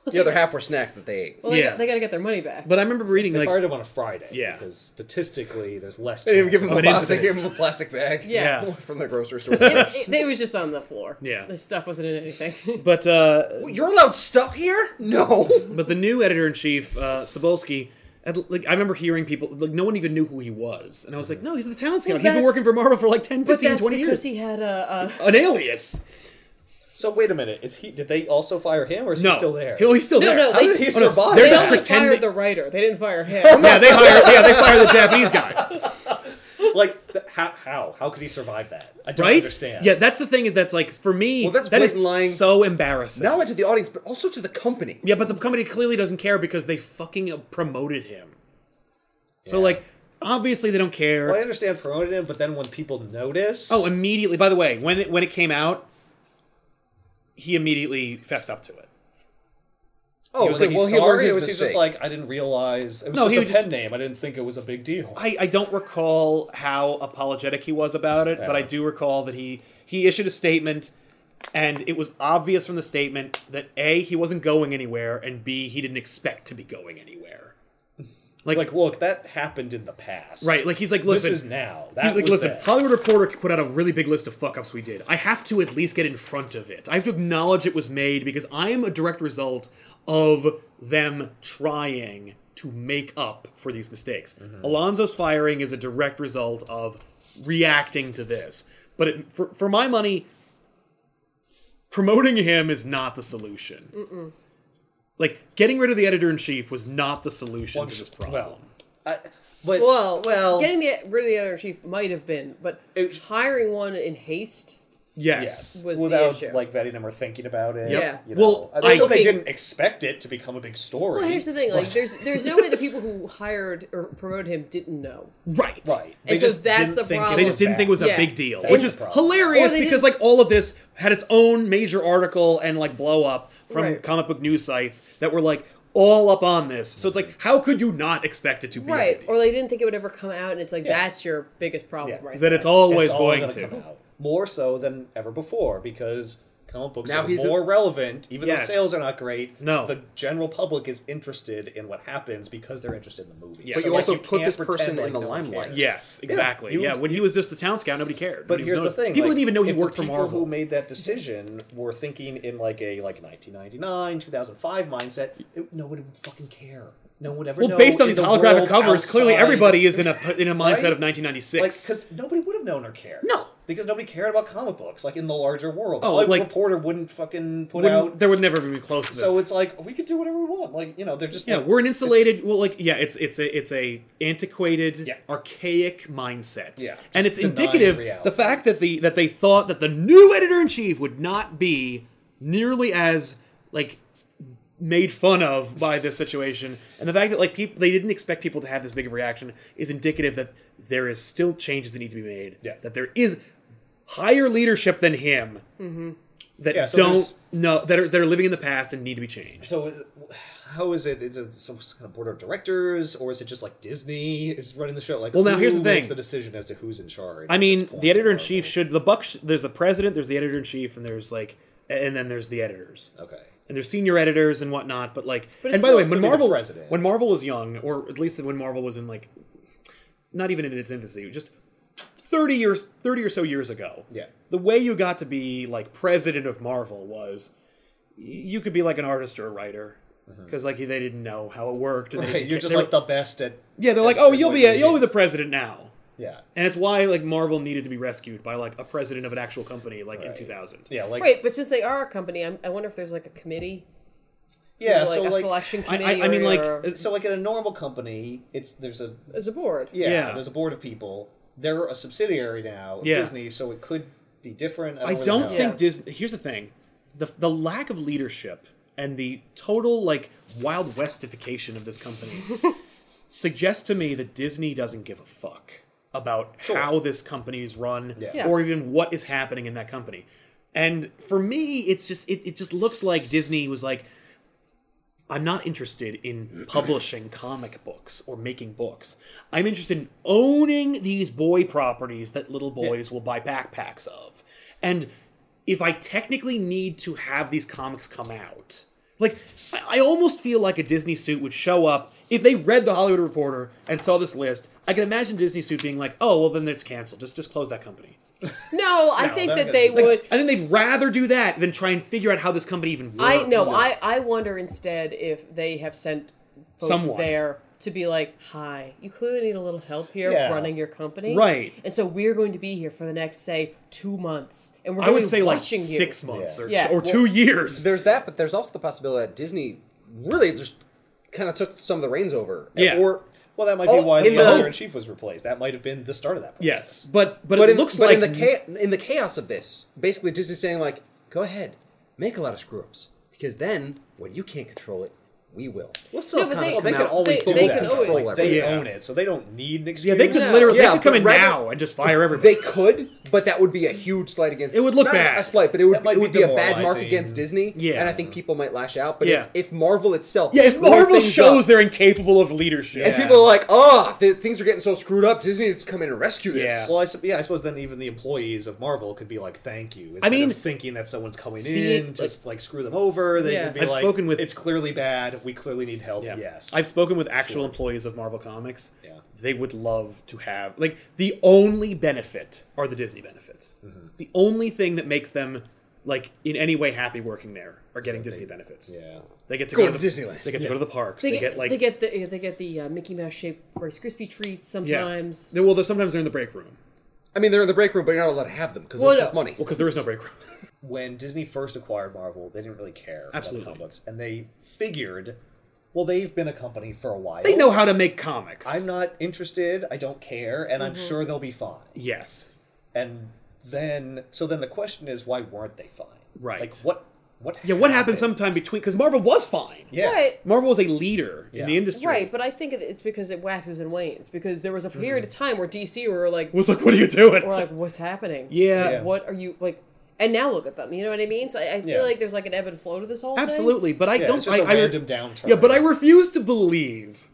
Speaker 3: the other half were snacks that they ate.
Speaker 4: Well, they,
Speaker 1: Yeah.
Speaker 4: got, they got to get their money back.
Speaker 1: But I remember reading
Speaker 2: They
Speaker 1: like
Speaker 2: fired him on a Friday.
Speaker 1: Yeah.
Speaker 2: Because statistically, there's less.
Speaker 3: They didn't
Speaker 2: chance
Speaker 3: give him
Speaker 2: of-
Speaker 3: a
Speaker 1: What
Speaker 3: box.
Speaker 1: is
Speaker 3: They
Speaker 1: Oh, it?
Speaker 3: gave him a plastic bag.
Speaker 4: Yeah.
Speaker 1: yeah,
Speaker 3: From the grocery store.
Speaker 4: it, it- they was just on the floor.
Speaker 1: Yeah.
Speaker 4: The stuff wasn't in anything.
Speaker 1: but uh,
Speaker 3: You're allowed stuff here? No.
Speaker 1: but the new editor in chief uh, Sobolski. had- Like I remember hearing people like no one even knew who he was, and I was like, no, he's the talent scout.
Speaker 4: Well,
Speaker 1: he's been
Speaker 4: that's-
Speaker 1: working for Marvel for like 10,
Speaker 4: but
Speaker 1: 15,
Speaker 4: that's
Speaker 1: 20
Speaker 4: because
Speaker 1: years.
Speaker 4: he had a. a
Speaker 1: An alias.
Speaker 2: So wait a minute. Is he? Did they also fire him, or is
Speaker 1: No,
Speaker 2: he still there?
Speaker 1: He- he's still
Speaker 4: No,
Speaker 1: there.
Speaker 4: no,
Speaker 2: How
Speaker 4: they-
Speaker 2: did he
Speaker 1: Oh, no,
Speaker 2: survive?
Speaker 1: they're
Speaker 4: they
Speaker 1: just
Speaker 4: only
Speaker 1: pretending-
Speaker 4: fired the writer. They didn't fire him.
Speaker 1: yeah, they hire. Yeah, they fire the Japanese guy.
Speaker 2: like th- how, how how could he survive that? I don't
Speaker 1: Right?
Speaker 2: understand.
Speaker 1: Yeah, that's the thing. Is that's like for me.
Speaker 3: Well, that's
Speaker 1: that is
Speaker 3: blatant lying.
Speaker 1: so embarrassing.
Speaker 3: Not only to the audience, but also to the company.
Speaker 1: Yeah, but the company clearly doesn't care because they fucking promoted him. So like, obviously they don't care.
Speaker 2: Well, I understand promoted him, but then when people notice,
Speaker 1: Oh, immediately. By the way, when it, when it came out, he immediately fessed up to it.
Speaker 3: Oh,
Speaker 2: he was
Speaker 3: okay,
Speaker 2: like,
Speaker 3: well,
Speaker 2: he's
Speaker 3: he learned
Speaker 2: sorry.
Speaker 3: his
Speaker 2: it was he's just
Speaker 3: mistake.
Speaker 2: like, I didn't realize. It was
Speaker 1: No,
Speaker 2: just
Speaker 1: he
Speaker 2: a
Speaker 1: was
Speaker 2: pen
Speaker 1: just-
Speaker 2: name. I didn't think it was a big deal.
Speaker 1: I, I don't recall how apologetic he was about it, but I
Speaker 2: Yeah.
Speaker 1: do recall that he he issued a statement, and it was obvious from the statement that a he wasn't going anywhere, and b he didn't expect to be going anywhere. Like,
Speaker 2: Like, look, that happened in the past.
Speaker 1: right, like he's like,
Speaker 2: this
Speaker 1: listen,
Speaker 2: is now. That
Speaker 1: he's like,
Speaker 2: was
Speaker 1: listen,
Speaker 2: then."
Speaker 1: Hollywood Reporter put out a really big list of fuck ups we did. I have to at least get in front of it. I have to acknowledge it was made because I am a direct result of them trying to make up for these mistakes.
Speaker 2: Mm-hmm.
Speaker 1: Alonzo's firing is a direct result of reacting to this. But it, for, for my money, promoting him is not the solution. Like getting rid of the editor in chief was not the solution
Speaker 2: Well,
Speaker 1: to this problem.
Speaker 2: Well, I, but
Speaker 4: Well,
Speaker 2: well,
Speaker 4: getting the, rid of the editor in chief might have been, but
Speaker 2: It-
Speaker 4: hiring one in haste.
Speaker 1: yes.
Speaker 2: yes,
Speaker 4: was the
Speaker 2: without
Speaker 4: issue.
Speaker 2: like vetting them or thinking about it.
Speaker 4: Yeah.
Speaker 2: you
Speaker 1: Well,
Speaker 2: know. I, mean,
Speaker 4: I-
Speaker 2: they didn't expect it to become a big story.
Speaker 4: Well, here's the thing: like,
Speaker 2: but-
Speaker 4: there's there's no way the people who hired or promoted him didn't know.
Speaker 1: Right.
Speaker 2: right,
Speaker 4: And so that's
Speaker 2: didn't
Speaker 4: the
Speaker 2: think it
Speaker 4: problem.
Speaker 1: They just didn't think it was a
Speaker 4: Yeah.
Speaker 1: big deal,
Speaker 2: That's
Speaker 1: which
Speaker 2: the
Speaker 1: is
Speaker 2: problem.
Speaker 1: hilarious
Speaker 4: Or they
Speaker 1: because
Speaker 4: didn't-
Speaker 1: like all of this had its own major article and like blow up from
Speaker 4: Right.
Speaker 1: comic book news sites that were like all up on this. So it's like, how could you not expect it to be a
Speaker 4: Right,
Speaker 1: big deal?
Speaker 4: or they didn't think it would ever come out, and it's like
Speaker 2: Yeah.
Speaker 4: that's your biggest problem,
Speaker 2: Yeah.
Speaker 4: right?
Speaker 1: that
Speaker 4: there.
Speaker 1: it's always
Speaker 2: all
Speaker 1: going
Speaker 2: gonna
Speaker 1: to?
Speaker 2: come out. more so than ever before because comic books
Speaker 3: Now
Speaker 2: are
Speaker 3: he's a-
Speaker 2: more relevant. Even
Speaker 1: Yes.
Speaker 2: though sales are not great,
Speaker 1: No.
Speaker 2: the general public is interested in what happens because they're interested in the movie.
Speaker 1: Yeah.
Speaker 3: But
Speaker 1: So,
Speaker 3: you
Speaker 2: like,
Speaker 3: also put
Speaker 2: can't
Speaker 3: this
Speaker 2: pretend
Speaker 3: person
Speaker 2: like
Speaker 3: in the
Speaker 2: no one
Speaker 3: limelight.
Speaker 2: cares.
Speaker 1: Yes, exactly.
Speaker 2: you-
Speaker 1: Yeah, when he was just the town scout, nobody cared.
Speaker 2: But
Speaker 1: Nobody
Speaker 2: here's the
Speaker 1: noticed.
Speaker 2: thing:
Speaker 1: people
Speaker 2: like,
Speaker 1: didn't even know he
Speaker 2: if the
Speaker 1: worked for
Speaker 2: people
Speaker 1: Marvel.
Speaker 2: who made that decision were thinking in like a like 1999, 2005 mindset. It, no one would fucking care. No one would ever.
Speaker 1: well,
Speaker 2: know
Speaker 1: based on
Speaker 2: in
Speaker 1: these
Speaker 2: the
Speaker 1: holographic
Speaker 2: world
Speaker 1: covers, clearly
Speaker 2: outside-
Speaker 1: everybody is in a in a mindset of
Speaker 2: Right? like
Speaker 1: 1996.
Speaker 2: because nobody would have known or cared.
Speaker 1: No.
Speaker 2: because nobody cared about comic books like in the larger world.
Speaker 1: Oh,
Speaker 2: Oh, like,
Speaker 1: like-
Speaker 2: reporter wouldn't fucking put
Speaker 1: Wouldn't-
Speaker 2: out.
Speaker 1: there would never be close to this.
Speaker 2: So it's like we could do whatever we want. Like you know, they're just
Speaker 1: Yeah,
Speaker 2: like,
Speaker 1: we're an insulated. Well, like yeah, it's it's a it's a antiquated,
Speaker 2: Yeah.
Speaker 1: archaic mindset.
Speaker 2: Yeah,
Speaker 1: and it's
Speaker 2: just denying
Speaker 1: indicative
Speaker 2: reality.
Speaker 1: the fact that the that they thought that the new editor in chief would not be nearly as like made fun of by this situation, and the fact that like people they didn't expect people to have this big of a reaction is indicative that there is still changes that need to be made.
Speaker 2: Yeah.
Speaker 1: that there is higher leadership than him. That
Speaker 2: Mm-hmm. Yeah, so
Speaker 1: don't
Speaker 2: there's-
Speaker 1: know that are that are living in the past and need to be changed.
Speaker 2: So, is- how is it? Is it some kind of board of directors, or is it just like Disney is running the show? Like,
Speaker 1: Well, now
Speaker 2: who
Speaker 1: here's the
Speaker 2: makes
Speaker 1: thing.
Speaker 2: the decision as to who's in charge.
Speaker 1: I
Speaker 2: at
Speaker 1: mean,
Speaker 2: this point
Speaker 1: the
Speaker 2: in
Speaker 1: editor in chief
Speaker 2: Marvel?
Speaker 1: should the buck. Sh- there's the president, there's the editor in chief, and there's like, and then there's the editors,
Speaker 2: Okay.
Speaker 1: and there's senior editors and whatnot. But like,
Speaker 4: But
Speaker 1: and
Speaker 4: it's
Speaker 1: by the way, when
Speaker 4: still
Speaker 2: to be the
Speaker 1: Marvel
Speaker 2: president.
Speaker 1: when Marvel was young, or at least when Marvel was in like, not even in its infancy, just thirty years, thirty or so years ago.
Speaker 2: Yeah.
Speaker 1: The way you got to be like president of Marvel was, y- you could be like an artist or a writer. Because like they didn't know how it worked, and they
Speaker 2: Mm-hmm. Right,
Speaker 1: didn't
Speaker 2: you're
Speaker 1: ca-
Speaker 2: just
Speaker 1: they
Speaker 2: like
Speaker 1: were-
Speaker 2: the best at.
Speaker 1: yeah. They're like,
Speaker 2: at
Speaker 1: oh, you'll
Speaker 2: what
Speaker 1: be a,
Speaker 2: you
Speaker 1: you'll be
Speaker 2: do."
Speaker 1: the president now
Speaker 2: Yeah.
Speaker 1: and it's why like Marvel needed to be rescued by like a president of an actual company like in
Speaker 2: Right.
Speaker 1: 2000.
Speaker 2: Yeah, like
Speaker 4: Wait, but since they are a company, I'm, I wonder if there's like a committee,
Speaker 2: yeah,
Speaker 4: like
Speaker 2: so
Speaker 4: a
Speaker 2: like
Speaker 4: selection
Speaker 1: I,
Speaker 4: committee.
Speaker 1: I, I mean
Speaker 4: or-
Speaker 1: like
Speaker 4: or-
Speaker 1: it's-
Speaker 2: so like in a normal company, it's there's a
Speaker 4: as a board.
Speaker 2: yeah,
Speaker 1: Yeah.
Speaker 2: there's a board of people. They're a subsidiary now of
Speaker 1: Yeah.
Speaker 2: Disney, so it could be different.
Speaker 1: I
Speaker 2: really
Speaker 1: don't
Speaker 2: know.
Speaker 1: think Disney. Here's the thing, the the lack of leadership and the total like wild westification of this company suggests to me that Disney doesn't give a fuck about
Speaker 2: Sure.
Speaker 1: how this company is run
Speaker 2: Yeah. Yeah.
Speaker 1: or even what is happening in that company. And for me, it's just it, it just looks like Disney was like, I'm not interested in publishing comic books or making books. I'm interested in owning these boy properties that little boys will buy backpacks of. And if I technically need to have these comics come out, like, I I almost feel like a Disney suit would show up if they read The Hollywood Reporter and saw this list. I can imagine Disney suit being like, oh, well, then it's canceled. Just, just close that company.
Speaker 4: No, I
Speaker 2: No,
Speaker 4: think
Speaker 2: they're
Speaker 4: that
Speaker 2: gonna
Speaker 4: they
Speaker 2: do that.
Speaker 4: would.
Speaker 1: I think they'd rather do that than try and figure out how this company even works.
Speaker 4: I no, I I wonder instead if they have sent both
Speaker 1: Someone.
Speaker 4: there to be like, "Hi, you clearly need a little help here
Speaker 2: Yeah.
Speaker 4: running your company,
Speaker 1: Right.
Speaker 4: And so we're going to be here for the next say two months, and we're
Speaker 1: I
Speaker 4: going
Speaker 1: would
Speaker 4: to
Speaker 1: say
Speaker 4: be
Speaker 1: like
Speaker 4: watching you."
Speaker 1: six months or,
Speaker 4: Yeah.
Speaker 1: or two years.
Speaker 3: There's that, but there's also the possibility that Disney really just kind of took some of the reins over.
Speaker 1: Yeah.
Speaker 3: Or
Speaker 2: Well, that might
Speaker 3: Oh,
Speaker 2: be why
Speaker 3: in
Speaker 2: the
Speaker 3: the-
Speaker 2: editor in chief was replaced. That might have been the start of that. Process.
Speaker 1: Yes, but but,
Speaker 3: but
Speaker 1: it
Speaker 3: in,
Speaker 1: looks
Speaker 3: but
Speaker 1: like
Speaker 3: in the cha- in the chaos of this, basically Disney saying like, "Go ahead, make a lot of screw ups, because then when you can't control it, we will." We'll still
Speaker 4: No,
Speaker 3: have
Speaker 4: but
Speaker 3: comics
Speaker 4: they-
Speaker 2: Well, they
Speaker 3: come
Speaker 2: can
Speaker 3: out,
Speaker 2: always
Speaker 3: but
Speaker 2: do
Speaker 4: they
Speaker 3: we'll
Speaker 2: that.
Speaker 4: can
Speaker 2: Like,
Speaker 4: always
Speaker 3: control
Speaker 4: do
Speaker 2: they
Speaker 3: everything.
Speaker 1: Yeah.
Speaker 2: own it, so they don't need an excuse.
Speaker 1: yeah they could
Speaker 4: Yeah.
Speaker 1: literally
Speaker 3: Yeah,
Speaker 1: they could come
Speaker 3: but
Speaker 1: in
Speaker 3: rather-
Speaker 1: now and just fire everybody.
Speaker 3: They could, But that would be a huge slight against.
Speaker 1: It would look
Speaker 3: not
Speaker 1: bad.
Speaker 3: A slight, but it would,
Speaker 2: That might
Speaker 3: it would
Speaker 2: be
Speaker 3: be a bad mark
Speaker 2: demoralizing.
Speaker 3: against Disney.
Speaker 1: Yeah.
Speaker 3: and I think people might lash out. But
Speaker 1: Yeah.
Speaker 3: if, if Marvel itself,
Speaker 1: Yeah, if
Speaker 3: screwed
Speaker 1: Marvel
Speaker 3: things
Speaker 1: shows
Speaker 3: up,
Speaker 1: they're incapable of leadership.
Speaker 3: and
Speaker 2: Yeah.
Speaker 3: people are like, "Oh, the, things are getting so screwed up. Disney needs to come in and rescue this."
Speaker 1: Yeah.
Speaker 2: Well, I, sup- yeah, I suppose then even the employees of Marvel could be like, "Thank you." Instead
Speaker 1: mean,
Speaker 2: of thinking that someone's coming
Speaker 1: seeing-
Speaker 2: in to like, screw them over, they
Speaker 4: Yeah.
Speaker 2: could be
Speaker 1: I've
Speaker 2: like,
Speaker 1: spoken with-
Speaker 2: "It's clearly bad. We clearly need help."
Speaker 1: Yeah.
Speaker 2: Yes,
Speaker 1: I've spoken with actual
Speaker 2: Sure.
Speaker 1: employees of Marvel Comics.
Speaker 2: Yeah.
Speaker 1: They would love to have like the only benefit are the Disney benefits.
Speaker 3: Mm-hmm.
Speaker 1: The only thing that makes them like in any way happy working there are getting Disney benefits.
Speaker 2: yeah.
Speaker 1: They get to
Speaker 3: Go
Speaker 1: go,
Speaker 3: to
Speaker 1: to the,
Speaker 3: Disneyland.
Speaker 1: They get to
Speaker 2: Yeah.
Speaker 1: go to the parks.
Speaker 4: They,
Speaker 1: They,
Speaker 4: get,
Speaker 1: like
Speaker 4: they get the they get the uh, Mickey Mouse shaped Rice Krispie treats
Speaker 1: yeah.
Speaker 4: sometimes.
Speaker 1: They- well, they're, sometimes they're in the break room.
Speaker 3: I mean, they're in the break room, but you're not allowed to have them because
Speaker 4: Well,
Speaker 3: it
Speaker 4: no.
Speaker 3: costs money.
Speaker 1: Well, because there is no break room.
Speaker 2: when Disney first acquired Marvel, they didn't really care
Speaker 1: Absolutely.
Speaker 2: about the comic books, and they figured, well, they've been a company for a while.
Speaker 1: they know how to make comics.
Speaker 2: I'm not interested. I don't care, and I'm sure they'll be fine.
Speaker 1: Yes.
Speaker 2: And then, so then the question is, why weren't they fine?
Speaker 1: Right.
Speaker 2: Like what? What?
Speaker 1: Yeah. What happened sometime between? Because Marvel was fine.
Speaker 2: Yeah.
Speaker 4: But
Speaker 1: Marvel was a leader in
Speaker 2: Yeah.
Speaker 1: the industry.
Speaker 4: right, but I think it- it's because it waxes and wanes. Because there was a
Speaker 1: Mm-hmm.
Speaker 4: period of time where DC were like,
Speaker 1: was like, what are you doing?
Speaker 4: were like, what's happening?
Speaker 1: yeah.
Speaker 2: Yeah.
Speaker 4: What are you like? And now look at them. You know what I mean? So I, I feel
Speaker 2: Yeah.
Speaker 4: like there's like an ebb and flow to this whole
Speaker 1: Absolutely, but I
Speaker 2: Yeah,
Speaker 1: don't.
Speaker 2: it's just
Speaker 1: I-
Speaker 2: a
Speaker 1: I re-
Speaker 2: random downturn.
Speaker 1: Yeah, but I refuse to believe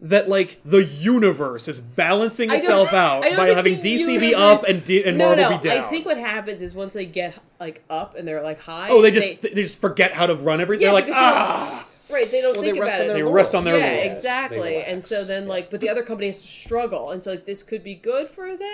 Speaker 1: that like the universe is balancing
Speaker 4: thing. I don't-
Speaker 1: itself out
Speaker 4: I don't
Speaker 1: by
Speaker 4: think
Speaker 1: having
Speaker 4: the
Speaker 1: DC be
Speaker 4: universe-
Speaker 1: up and D- and
Speaker 4: no,
Speaker 1: Marvel
Speaker 4: no,
Speaker 1: be down.
Speaker 4: I think what happens is once they get like up and they're like high.
Speaker 1: oh, they just they, just forget how to run everything.
Speaker 4: Yeah,
Speaker 1: They're like
Speaker 4: because they-
Speaker 1: ah,
Speaker 4: right. They don't
Speaker 3: Well, they
Speaker 4: think
Speaker 3: rest
Speaker 4: about
Speaker 3: on
Speaker 4: it.
Speaker 1: they
Speaker 3: their
Speaker 1: rest on their
Speaker 4: yeah,
Speaker 1: laurels.
Speaker 2: Yes, they
Speaker 4: exactly. And so
Speaker 2: relax.
Speaker 4: then,
Speaker 2: Yeah.
Speaker 4: like, but the other company has to struggle, and so like this could be good for them?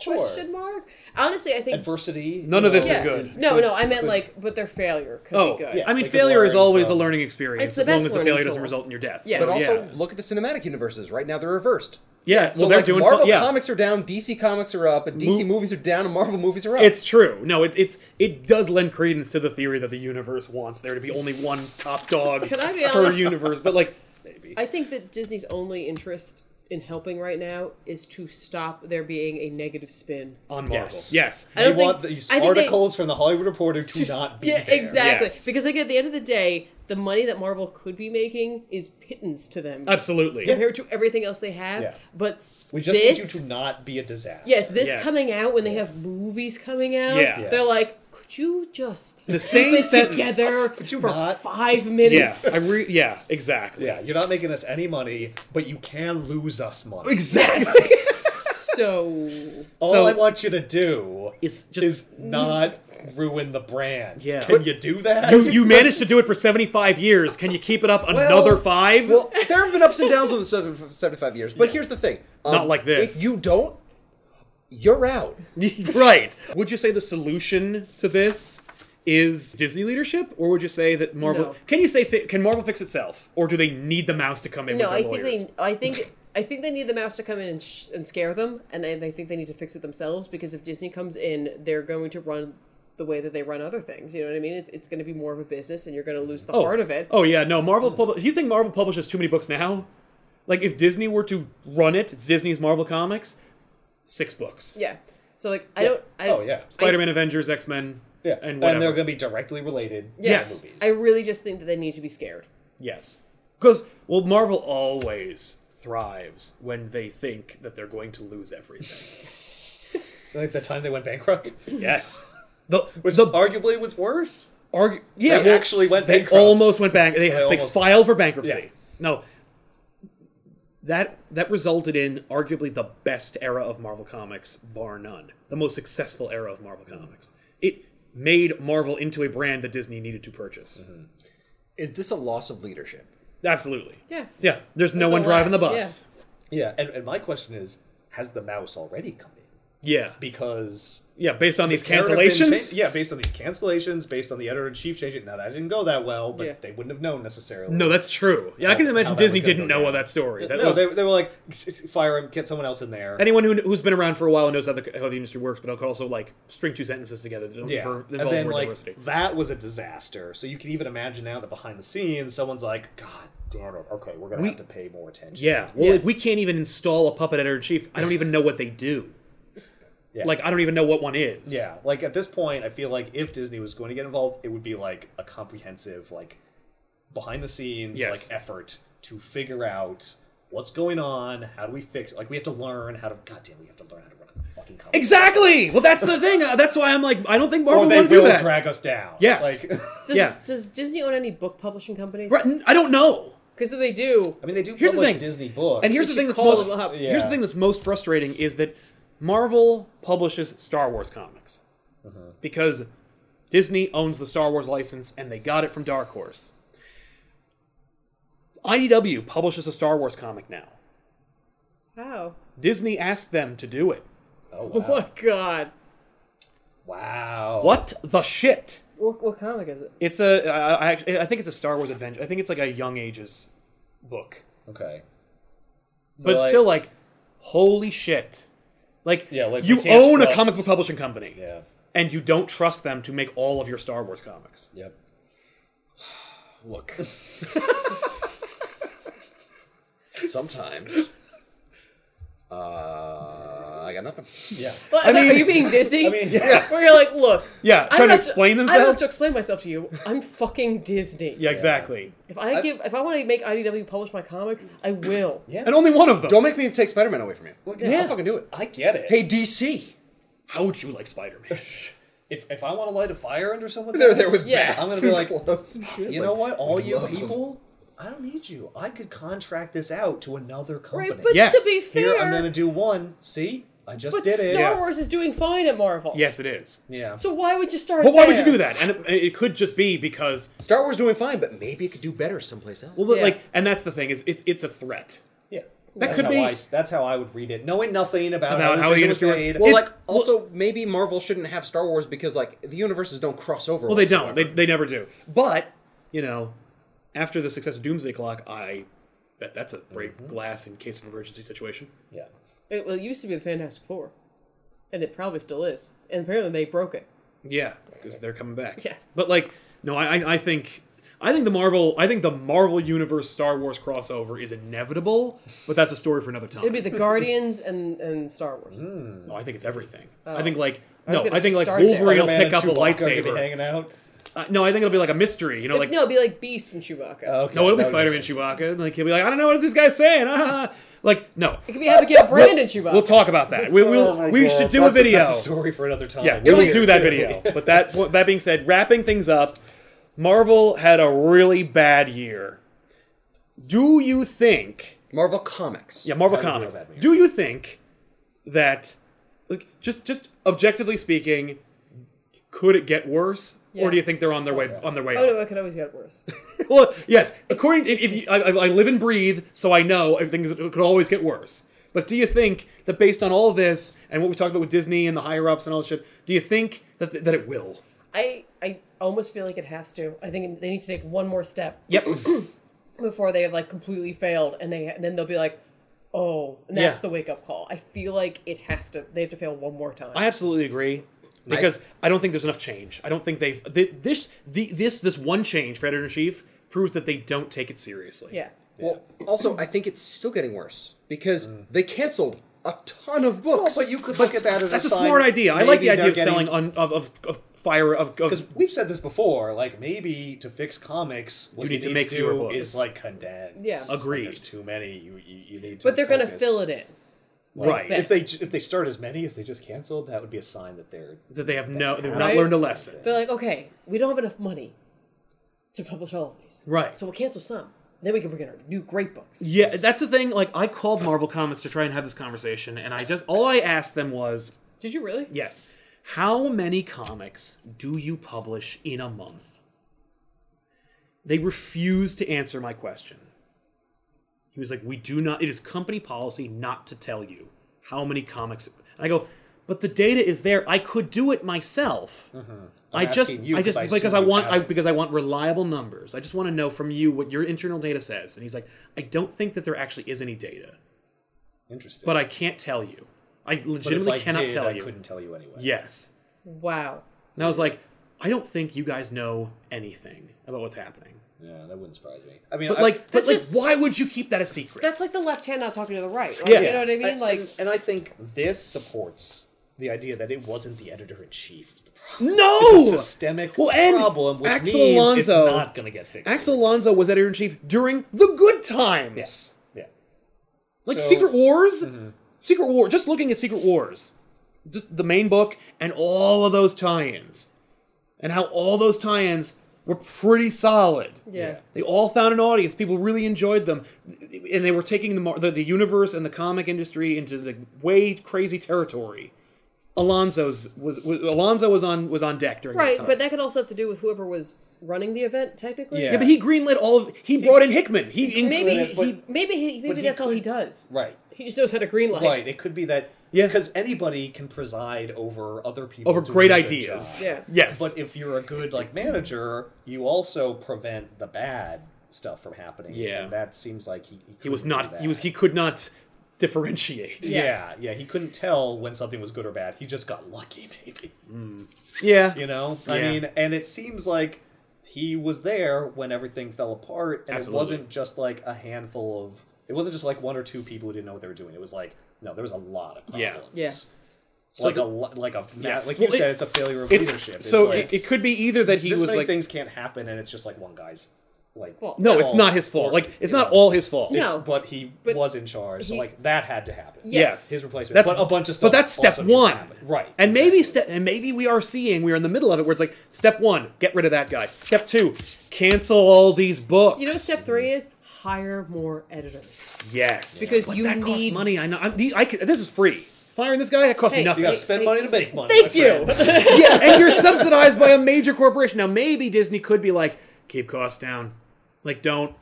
Speaker 2: Sure.
Speaker 4: Question mark. Honestly, I think
Speaker 2: adversity.
Speaker 1: None
Speaker 2: you
Speaker 1: of this
Speaker 2: know,
Speaker 1: is
Speaker 4: yeah.
Speaker 1: good.
Speaker 4: No, no, I meant like, but their failure could
Speaker 1: Oh,
Speaker 4: be good.
Speaker 2: yeah.
Speaker 1: I mean,
Speaker 2: they could
Speaker 1: failure is
Speaker 2: learn
Speaker 1: always a
Speaker 2: from-
Speaker 1: learning experience
Speaker 4: It's the
Speaker 1: as long
Speaker 4: best
Speaker 1: as the
Speaker 4: learning
Speaker 1: failure doesn't
Speaker 4: tool.
Speaker 1: result in your death.
Speaker 4: Yes.
Speaker 3: But
Speaker 1: So,
Speaker 3: also,
Speaker 1: yeah,
Speaker 3: look at the cinematic universes. Right now, they're reversed.
Speaker 1: yeah. well,
Speaker 3: So
Speaker 1: they're
Speaker 3: like
Speaker 1: doing
Speaker 3: Marvel
Speaker 1: yeah.
Speaker 3: comics are down, DC comics are up, and DC
Speaker 1: Mo-
Speaker 3: movies are down, and Marvel movies are up.
Speaker 1: It's true. No, it, it's it does lend credence to the theory that the universe wants there to be only one top dog
Speaker 4: Can I be
Speaker 1: per
Speaker 4: honest?
Speaker 1: universe, but like maybe.
Speaker 4: I think that Disney's only interest in helping right now is to stop there being a negative spin.
Speaker 1: on Marvel.
Speaker 2: Yes.
Speaker 1: Yes.
Speaker 4: I don't
Speaker 2: you want
Speaker 4: think-
Speaker 2: these
Speaker 4: I think they-
Speaker 2: articles from the Hollywood Reporter to
Speaker 1: Just-
Speaker 2: not be
Speaker 4: Yeah,
Speaker 2: there.
Speaker 4: exactly.
Speaker 1: Yes.
Speaker 4: Because like at the end of the day, the money that Marvel could be making is pittance to them
Speaker 1: Absolutely.
Speaker 4: compared to everything else they have.
Speaker 2: Uh, Yeah.
Speaker 4: But
Speaker 2: We just
Speaker 4: this,
Speaker 2: need you to not be a disaster.
Speaker 4: yes, this
Speaker 1: Yes.
Speaker 4: coming out when they have movies coming out,
Speaker 1: Yeah. Yeah.
Speaker 4: they're like, could you just
Speaker 1: The
Speaker 4: keep
Speaker 1: same
Speaker 4: it
Speaker 1: sentence.
Speaker 4: together for
Speaker 2: not-
Speaker 4: five
Speaker 1: Yeah,
Speaker 4: minutes?
Speaker 1: I re- yeah, exactly.
Speaker 2: Yeah, you're not making us any money, but you can lose us money.
Speaker 1: Exactly.
Speaker 4: so
Speaker 2: All
Speaker 1: So-
Speaker 2: I want you to do
Speaker 1: It's just
Speaker 2: is not ruin the brand.
Speaker 1: Yeah.
Speaker 2: Can
Speaker 1: But-
Speaker 2: you do that?
Speaker 1: you, you managed to do it for 75 years. Can you keep it up another 5?
Speaker 3: well, there have been ups and downs on the seven- 75 years, but here's the thing. Um,
Speaker 1: Not like this.
Speaker 3: If you don't, you're out.
Speaker 1: right. Would you say the solution to this is Disney leadership or would you say that Marvel
Speaker 4: No.
Speaker 1: Can you say fi- can Marvel fix itself or do they need the mouse to come in
Speaker 4: no,
Speaker 1: with their
Speaker 4: I think
Speaker 1: lawyers?
Speaker 4: they, I think. I think they need the mouse to come in and, sh- and scare them, and I, I think they need to fix it themselves because if Disney comes in, they're going to run the way that they run other things. You know what I mean? It's, it's going to be more of a business, and you're going to lose the heart of it. Hmm.
Speaker 1: Oh yeah, no. Marvel. Pub- you think Marvel publishes too many books now? Like if Disney were to run it, it's Disney's Marvel Comics, six books.
Speaker 4: Yeah. So like, I don't. I,
Speaker 2: Oh yeah.
Speaker 1: Spider-Man, Avengers, X-Men,
Speaker 2: Yeah.
Speaker 1: and
Speaker 2: And,
Speaker 1: whatever.
Speaker 2: they're going to be directly related. to the
Speaker 1: Yes.
Speaker 2: Movies.
Speaker 4: I really just think that they need to be scared.
Speaker 1: Yes. Because, well, Marvel always thrives when they think that they're going to lose everything.
Speaker 2: like the time they went bankrupt,
Speaker 1: yes. The,
Speaker 2: which
Speaker 1: the
Speaker 2: arguably was worse.
Speaker 1: argu- yeah,
Speaker 2: they
Speaker 1: well,
Speaker 2: actually went
Speaker 1: they
Speaker 2: bankrupt.
Speaker 1: almost went back. They, they,
Speaker 2: almost-
Speaker 1: filed for bankruptcy.
Speaker 2: Yeah.
Speaker 1: No. That that resulted in arguably the best era of Marvel Comics, bar none. The most successful era of Marvel Comics. It made Marvel into a brand that Disney needed to purchase.
Speaker 2: Mm-hmm.
Speaker 3: Is this a loss of leadership?
Speaker 1: Absolutely.
Speaker 4: Yeah.
Speaker 1: Yeah. There's no
Speaker 4: That's
Speaker 1: one
Speaker 4: a
Speaker 1: driving the
Speaker 4: lot,
Speaker 1: bus.
Speaker 2: Yeah. And, and my question is, has the mouse already come in?
Speaker 1: Yeah. Yeah,
Speaker 2: Because
Speaker 1: based on these
Speaker 2: there have been
Speaker 1: cancellations.
Speaker 2: cha- yeah, based on these cancellations, based on the editor in chief changing. Now that didn't go that well, but
Speaker 4: Yeah.
Speaker 2: they wouldn't have known necessarily.
Speaker 1: No, that's true. Yeah, I can
Speaker 2: How-
Speaker 1: imagine
Speaker 2: how that
Speaker 1: Disney
Speaker 2: was gonna
Speaker 1: didn't
Speaker 2: go
Speaker 1: know
Speaker 2: down.
Speaker 1: of that story. That
Speaker 2: no,
Speaker 1: was,
Speaker 2: they, they were like, "S- s- fire him, get someone else in there.
Speaker 1: anyone who, who's been around for a while and knows how the, how the industry works, but could also like string two sentences together that don't
Speaker 2: yeah,
Speaker 1: infer-
Speaker 2: and
Speaker 1: involve
Speaker 2: then
Speaker 1: word
Speaker 2: like
Speaker 1: diversity.
Speaker 2: that was a disaster. So you can even imagine now that behind the scenes, someone's like, "God damn it, okay, we're gonna
Speaker 1: We-
Speaker 2: have to pay more attention."
Speaker 1: Yeah, well,
Speaker 4: Yeah.
Speaker 1: Like, we can't even install a puppet editor in chief. I don't even know what they do.
Speaker 2: Yeah.
Speaker 1: Like, I don't even know what one is.
Speaker 2: yeah. Like at this point, I feel like if Disney was going to get involved, it would be like a comprehensive, like behind the scenes,
Speaker 1: Yes.
Speaker 2: like effort to figure out what's going on, how do we fix? Like we have to learn how to. God damn, we have to learn how to run a fucking company.
Speaker 1: Exactly. Well, that's the thing. Uh, that's why I'm like, I don't think
Speaker 2: Or
Speaker 1: Marvel
Speaker 2: they
Speaker 1: would do
Speaker 2: will
Speaker 1: that.
Speaker 2: drag us down.
Speaker 1: Yes.
Speaker 2: Like,
Speaker 4: Does,
Speaker 1: Yeah.
Speaker 4: does Disney own any book publishing companies?
Speaker 1: Right, n- I don't know.
Speaker 4: Because if they do,
Speaker 2: I mean, they do
Speaker 1: Here's the
Speaker 2: publish
Speaker 1: thing.
Speaker 2: Disney books.
Speaker 1: And here's the thing that's
Speaker 4: call
Speaker 1: most
Speaker 4: them up.
Speaker 1: here's the
Speaker 2: Yeah.
Speaker 1: thing that's most frustrating is that Marvel publishes Star Wars comics
Speaker 2: Uh-huh.
Speaker 1: because Disney owns the Star Wars license and they got it from Dark Horse. IDW publishes a Star Wars comic now.
Speaker 4: wow.
Speaker 1: Disney asked them to do it.
Speaker 2: Oh,
Speaker 4: Oh
Speaker 2: wow.
Speaker 4: my god.
Speaker 2: Wow.
Speaker 1: What the shit?
Speaker 4: What, what comic is it?
Speaker 1: It's a I, I actually- I think it's a Star Wars adventure. I think it's like a Young Ages book.
Speaker 2: Okay.
Speaker 1: but
Speaker 2: like-
Speaker 1: still like holy shit. Like,
Speaker 2: Yeah, like, we
Speaker 1: you
Speaker 2: can't
Speaker 1: own a
Speaker 2: trust-
Speaker 1: comic book publishing company.
Speaker 2: Yeah.
Speaker 1: and you don't trust them to make all of your Star Wars comics.
Speaker 2: Yep.
Speaker 3: Look. Sometimes. Uh, I got nothing.
Speaker 2: Yeah.
Speaker 4: Well, it's like,
Speaker 1: mean-
Speaker 4: are you being Disney?
Speaker 2: I mean, yeah.
Speaker 4: Where you're like, look,
Speaker 1: Yeah,
Speaker 4: I
Speaker 1: trying
Speaker 4: don't
Speaker 1: to
Speaker 4: have
Speaker 1: explain
Speaker 4: I don't
Speaker 1: themselves.
Speaker 4: have to explain myself to you. I'm fucking Disney.
Speaker 1: yeah, exactly.
Speaker 4: If I give, if I want to make IDW publish my comics, I will.
Speaker 2: Yeah.
Speaker 1: And only one of them.
Speaker 3: Don't make me take Spider Man away from you.
Speaker 2: Look,
Speaker 3: yeah. I'll fucking do it.
Speaker 2: I get it.
Speaker 3: Hey, DC.
Speaker 1: How would you like Spider Man?
Speaker 2: If, if I want to light a fire under someone's
Speaker 3: They're
Speaker 2: house,
Speaker 3: there with
Speaker 4: Yeah.
Speaker 3: bats
Speaker 2: I'm gonna be
Speaker 3: and
Speaker 2: like,
Speaker 3: gloves and shit.
Speaker 2: you
Speaker 3: like,
Speaker 2: know what? All you
Speaker 3: love 'em.
Speaker 2: people, I don't need you. I could contract this out to another company.
Speaker 4: Right, but
Speaker 1: Yes.
Speaker 4: to be fair,
Speaker 2: here I'm gonna do one. See, I just
Speaker 4: but
Speaker 2: did it.
Speaker 4: Star
Speaker 1: Yeah.
Speaker 4: Wars is doing fine at Marvel.
Speaker 1: yes, it is.
Speaker 2: Yeah.
Speaker 4: So why would you start?
Speaker 1: But why would you
Speaker 4: there?
Speaker 1: do that? And it, it could just be because,
Speaker 3: Star Wars doing fine, but maybe it could do better someplace else.
Speaker 1: well,
Speaker 4: Yeah.
Speaker 1: like, and that's the thing is, it's it's a threat.
Speaker 2: yeah.
Speaker 1: That
Speaker 2: that's
Speaker 1: could
Speaker 2: how
Speaker 1: be-
Speaker 2: I, s- that's how I would read it, knowing nothing about,
Speaker 1: About how
Speaker 2: how
Speaker 1: the
Speaker 2: the
Speaker 1: industry works.
Speaker 2: made.
Speaker 3: Well,
Speaker 1: It's-
Speaker 3: like also maybe Marvel shouldn't have Star Wars because like the universes don't cross over.
Speaker 1: Well, they don't. They,
Speaker 3: whatsoever.
Speaker 1: they never do.
Speaker 3: but
Speaker 1: You know, after the success of Doomsday Clock, I bet that's a break glass in case of emergency situation.
Speaker 2: yeah.
Speaker 4: It, well, it used to be the Fantastic Four, and it probably still is. And apparently they broke it.
Speaker 1: Yeah, because they're coming back.
Speaker 4: Yeah.
Speaker 1: But like, no, I I- I think I think the Marvel I think the Marvel Universe Star Wars crossover is inevitable, but that's a story for another time.
Speaker 4: It'd be the Guardians and and Star Wars.
Speaker 2: Mm.
Speaker 1: No, I think it's everything. I think like
Speaker 4: Oh. was
Speaker 1: no,
Speaker 4: gonna
Speaker 1: I think like
Speaker 4: start there.
Speaker 1: Wolverine will
Speaker 2: Spider-Man
Speaker 1: pick
Speaker 2: and
Speaker 1: up a
Speaker 2: Chewbacca could be
Speaker 1: lightsaber.
Speaker 2: hanging out.
Speaker 1: Uh, no, I think it'll be like a mystery. You know, like
Speaker 4: no, it'd be like Beast and Chewbacca.
Speaker 2: Oh, okay.
Speaker 1: no, it'll be
Speaker 2: that would
Speaker 1: Spider Man
Speaker 2: make sense.
Speaker 1: Chewbacca. And, like he'll be like, I don't know what is this guy saying. Ah. Like no,
Speaker 4: it could be Abigail Brandon Chewbacca.
Speaker 1: we'll talk about that. We will.
Speaker 2: Oh my
Speaker 1: we
Speaker 2: God,
Speaker 1: should do
Speaker 2: that's
Speaker 1: a video.
Speaker 2: that's a story for another time.
Speaker 1: yeah,
Speaker 2: We'll
Speaker 1: we'll
Speaker 2: hear
Speaker 1: do that
Speaker 2: too.
Speaker 1: video. But that that being said, wrapping things up, Marvel had a really bad year. Do you think?
Speaker 3: Marvel Comics.
Speaker 1: Yeah, Marvel
Speaker 2: Had a real
Speaker 1: Comics.
Speaker 2: bad year.
Speaker 1: Do you think that, like, just just objectively speaking, could it get worse,
Speaker 4: Yeah.
Speaker 1: or do you think they're on their way on their way?
Speaker 4: Oh
Speaker 1: up?
Speaker 4: no, it could always get worse.
Speaker 1: Well, yes. According, if, if you, I, I I live and breathe, so I know everything is, it could always get worse. But do you think that based on all this and what we talked about with Disney and the higher ups and all this shit, do you think that that it will?
Speaker 4: I I almost feel like it has to. I think they need to take one more step
Speaker 1: Yep.
Speaker 4: before they have like completely failed, and they and then they'll be like, oh, and that's
Speaker 1: Yeah.
Speaker 4: the wake up call. I feel like it has to. They have to fail one more time.
Speaker 1: I absolutely agree because I, don't think there's enough change. I don't think they've th- this the this this one change for editor in chief proves that they don't take it seriously.
Speaker 4: yeah.
Speaker 3: Well, also I think it's still getting worse because they canceled a ton of books.
Speaker 2: But you could look at that as
Speaker 1: That's a
Speaker 2: a sign
Speaker 1: smart idea. I like
Speaker 2: maybe
Speaker 1: the idea
Speaker 2: they're
Speaker 1: of selling
Speaker 2: getting-
Speaker 1: on of of, of fire of, of
Speaker 2: Because we've said this before, like maybe to fix comics, what you, need, to,
Speaker 1: make fewer
Speaker 2: do
Speaker 1: books.
Speaker 2: is like condense.
Speaker 4: Yeah.
Speaker 2: Like,
Speaker 1: Agreed.
Speaker 2: there's too many. You, you, you need to.
Speaker 4: But they're gonna
Speaker 2: focus.
Speaker 4: fill it in.
Speaker 1: right
Speaker 4: that.
Speaker 2: If they if they start as many as they just canceled, that would be a sign that they're.
Speaker 1: that they have no they've not
Speaker 4: Right?
Speaker 1: learned a lesson.
Speaker 4: They're like, okay, we don't have enough money to publish all of these,
Speaker 1: Right.
Speaker 4: So we'll cancel some. Then we can bring in our new great books.
Speaker 1: Yeah, that's the thing. Like I called Marvel Comics to try and have this conversation, and I just all I asked them was
Speaker 4: Did you really?
Speaker 1: yes, how many comics do you publish in a month? They refused to answer my question. He was like, "We do not. It is company policy not to tell you how many comics." And I go, "But the data is there. I could do it myself. I
Speaker 2: Uh-huh. I'm
Speaker 1: just,
Speaker 2: asking you
Speaker 1: I just
Speaker 2: 'cause I
Speaker 1: because I
Speaker 2: assume you
Speaker 1: want,
Speaker 2: have
Speaker 1: I,
Speaker 2: it.
Speaker 1: because I want reliable numbers. I just want to know from you what your internal data says." And he's like, "I don't think that there actually is any data,
Speaker 2: Interesting.
Speaker 1: but I can't tell you. I
Speaker 2: But if
Speaker 1: legitimately
Speaker 2: I
Speaker 1: cannot
Speaker 2: did,
Speaker 1: tell
Speaker 2: I
Speaker 1: you."
Speaker 2: couldn't tell you anyway.
Speaker 1: Yes,
Speaker 4: Wow.
Speaker 1: and I was like, I don't think you guys know anything about what's happening.
Speaker 2: Yeah, that wouldn't surprise me. I mean,
Speaker 1: But
Speaker 2: I-
Speaker 1: like, but
Speaker 4: That's
Speaker 1: like,
Speaker 4: just-
Speaker 1: why would you keep that a secret?
Speaker 4: That's like the left hand not talking to the right. Right?
Speaker 1: Yeah.
Speaker 4: You know what I mean?
Speaker 2: and-
Speaker 4: Like,
Speaker 2: and, I think this supports the idea that it wasn't the editor in chief was the problem.
Speaker 1: no
Speaker 2: It's a systemic
Speaker 1: Well, and
Speaker 2: problem, which
Speaker 1: Axel
Speaker 2: means
Speaker 1: Alonso-
Speaker 2: it's not going to get fixed.
Speaker 1: Axel Alonso was editor in chief during the good times.
Speaker 2: Yes. Yeah.
Speaker 1: Like
Speaker 2: So- mm-hmm.
Speaker 1: Secret Wars? Secret War. Just looking at Secret Wars. just the main book and all of those tie-ins, and how all those tie-ins were pretty solid.
Speaker 4: Yeah.
Speaker 1: They all found an audience. People really enjoyed them, and they were taking the mar- the, the universe and the comic industry into the way crazy territory. Alonzo's was, was Alonzo was on was on deck during
Speaker 4: Right,
Speaker 1: that time.
Speaker 4: but that could also have to do with whoever was running the event, technically.
Speaker 2: Yeah.
Speaker 1: yeah, but he greenlit all of. He brought in Hickman. He, in-
Speaker 4: Maybe
Speaker 2: But- but-
Speaker 4: he, maybe he, maybe
Speaker 2: he
Speaker 4: that's all he
Speaker 2: could-
Speaker 4: does.
Speaker 2: Right.
Speaker 4: He just knows how to green light.
Speaker 2: Right. It could be that.
Speaker 1: Yeah.
Speaker 2: Because anybody can preside over other people.
Speaker 1: over
Speaker 2: doing
Speaker 1: great
Speaker 2: a good
Speaker 1: ideas.
Speaker 2: job.
Speaker 4: Yeah.
Speaker 1: Yes.
Speaker 2: But if you're a good like manager, you also prevent the bad stuff from happening.
Speaker 1: Yeah.
Speaker 2: And that seems like he. He,
Speaker 1: he was
Speaker 2: couldn't do
Speaker 1: not.
Speaker 2: that.
Speaker 1: He was. He could not differentiate.
Speaker 2: Yeah. yeah, He couldn't tell when something was good or bad. He just got lucky, maybe.
Speaker 1: Yeah.
Speaker 2: You know, I
Speaker 1: Yeah.
Speaker 2: mean, and it seems like he was there when everything fell apart, and
Speaker 1: Absolutely.
Speaker 2: it wasn't just like a handful of. It wasn't just like one or two people who didn't know what they were doing. It was like no, there was a lot of
Speaker 1: Yeah.
Speaker 2: problems.
Speaker 4: Yeah.
Speaker 2: like a lo- like a
Speaker 1: Yeah.
Speaker 2: like
Speaker 1: Well,
Speaker 2: you said,
Speaker 1: it-
Speaker 2: it's a failure of
Speaker 1: It's,
Speaker 2: leadership. It's
Speaker 1: so
Speaker 2: like,
Speaker 1: it, it could be either that he
Speaker 2: this
Speaker 1: was
Speaker 2: many
Speaker 1: like.
Speaker 2: things can't happen, and it's just like one guy's like
Speaker 4: Fault.
Speaker 1: no, it's
Speaker 2: fault,
Speaker 1: not his fault.
Speaker 2: or,
Speaker 1: Like it's
Speaker 2: you
Speaker 1: not
Speaker 2: know,
Speaker 1: all his fault.
Speaker 4: No.
Speaker 2: it's- But he
Speaker 4: But
Speaker 2: was in charge, so
Speaker 4: he-
Speaker 2: like that had to happen.
Speaker 4: Yes.
Speaker 2: his replacement.
Speaker 1: That's
Speaker 2: but a bunch of stuff.
Speaker 1: But that's step
Speaker 2: also needs to
Speaker 1: one,
Speaker 2: happen. right?
Speaker 1: And maybe
Speaker 2: exactly.
Speaker 1: step, and maybe we are seeing we are in the middle of it where it's like step one, get rid of that guy. Step two, cancel all these books.
Speaker 4: You know what step three is? Hire more editors.
Speaker 1: yes,
Speaker 4: Because
Speaker 1: But
Speaker 4: you
Speaker 1: that costs
Speaker 4: need-
Speaker 1: money. I know. I'm, the, I could, this is free. Firing this guy that cost
Speaker 4: Hey,
Speaker 1: me
Speaker 2: you
Speaker 1: nothing.
Speaker 2: gotta
Speaker 4: Hey,
Speaker 2: spend
Speaker 4: hey,
Speaker 2: money to make money. my
Speaker 4: Thank
Speaker 2: friend.
Speaker 4: you.
Speaker 1: yeah, and you're subsidized by a major corporation. Now maybe Disney could be like, keep costs down, like don't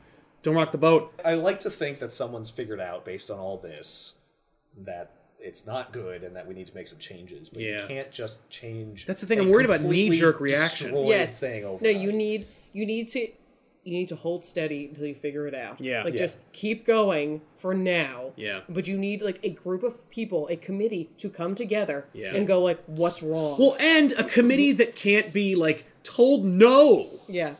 Speaker 1: don't rock the boat.
Speaker 2: I like to think that someone's figured out based on all this that it's not good and that we need to make some changes. But you
Speaker 1: Yeah.
Speaker 2: can't just change.
Speaker 1: That's the thing,
Speaker 2: a
Speaker 1: I'm worried about
Speaker 2: completely
Speaker 1: knee-jerk reaction.
Speaker 2: destroyed
Speaker 4: yes.
Speaker 2: Thing
Speaker 4: no,
Speaker 2: overnight.
Speaker 4: you need you need to you need to hold steady until you figure it out.
Speaker 1: Yeah.
Speaker 4: Like
Speaker 1: Yeah.
Speaker 4: just keep going for now.
Speaker 1: Yeah.
Speaker 4: But you need like a group of people, a committee to come together
Speaker 1: Yeah.
Speaker 4: and go like what's wrong?
Speaker 1: Well, and a committee that can't be like told no.
Speaker 4: yeah.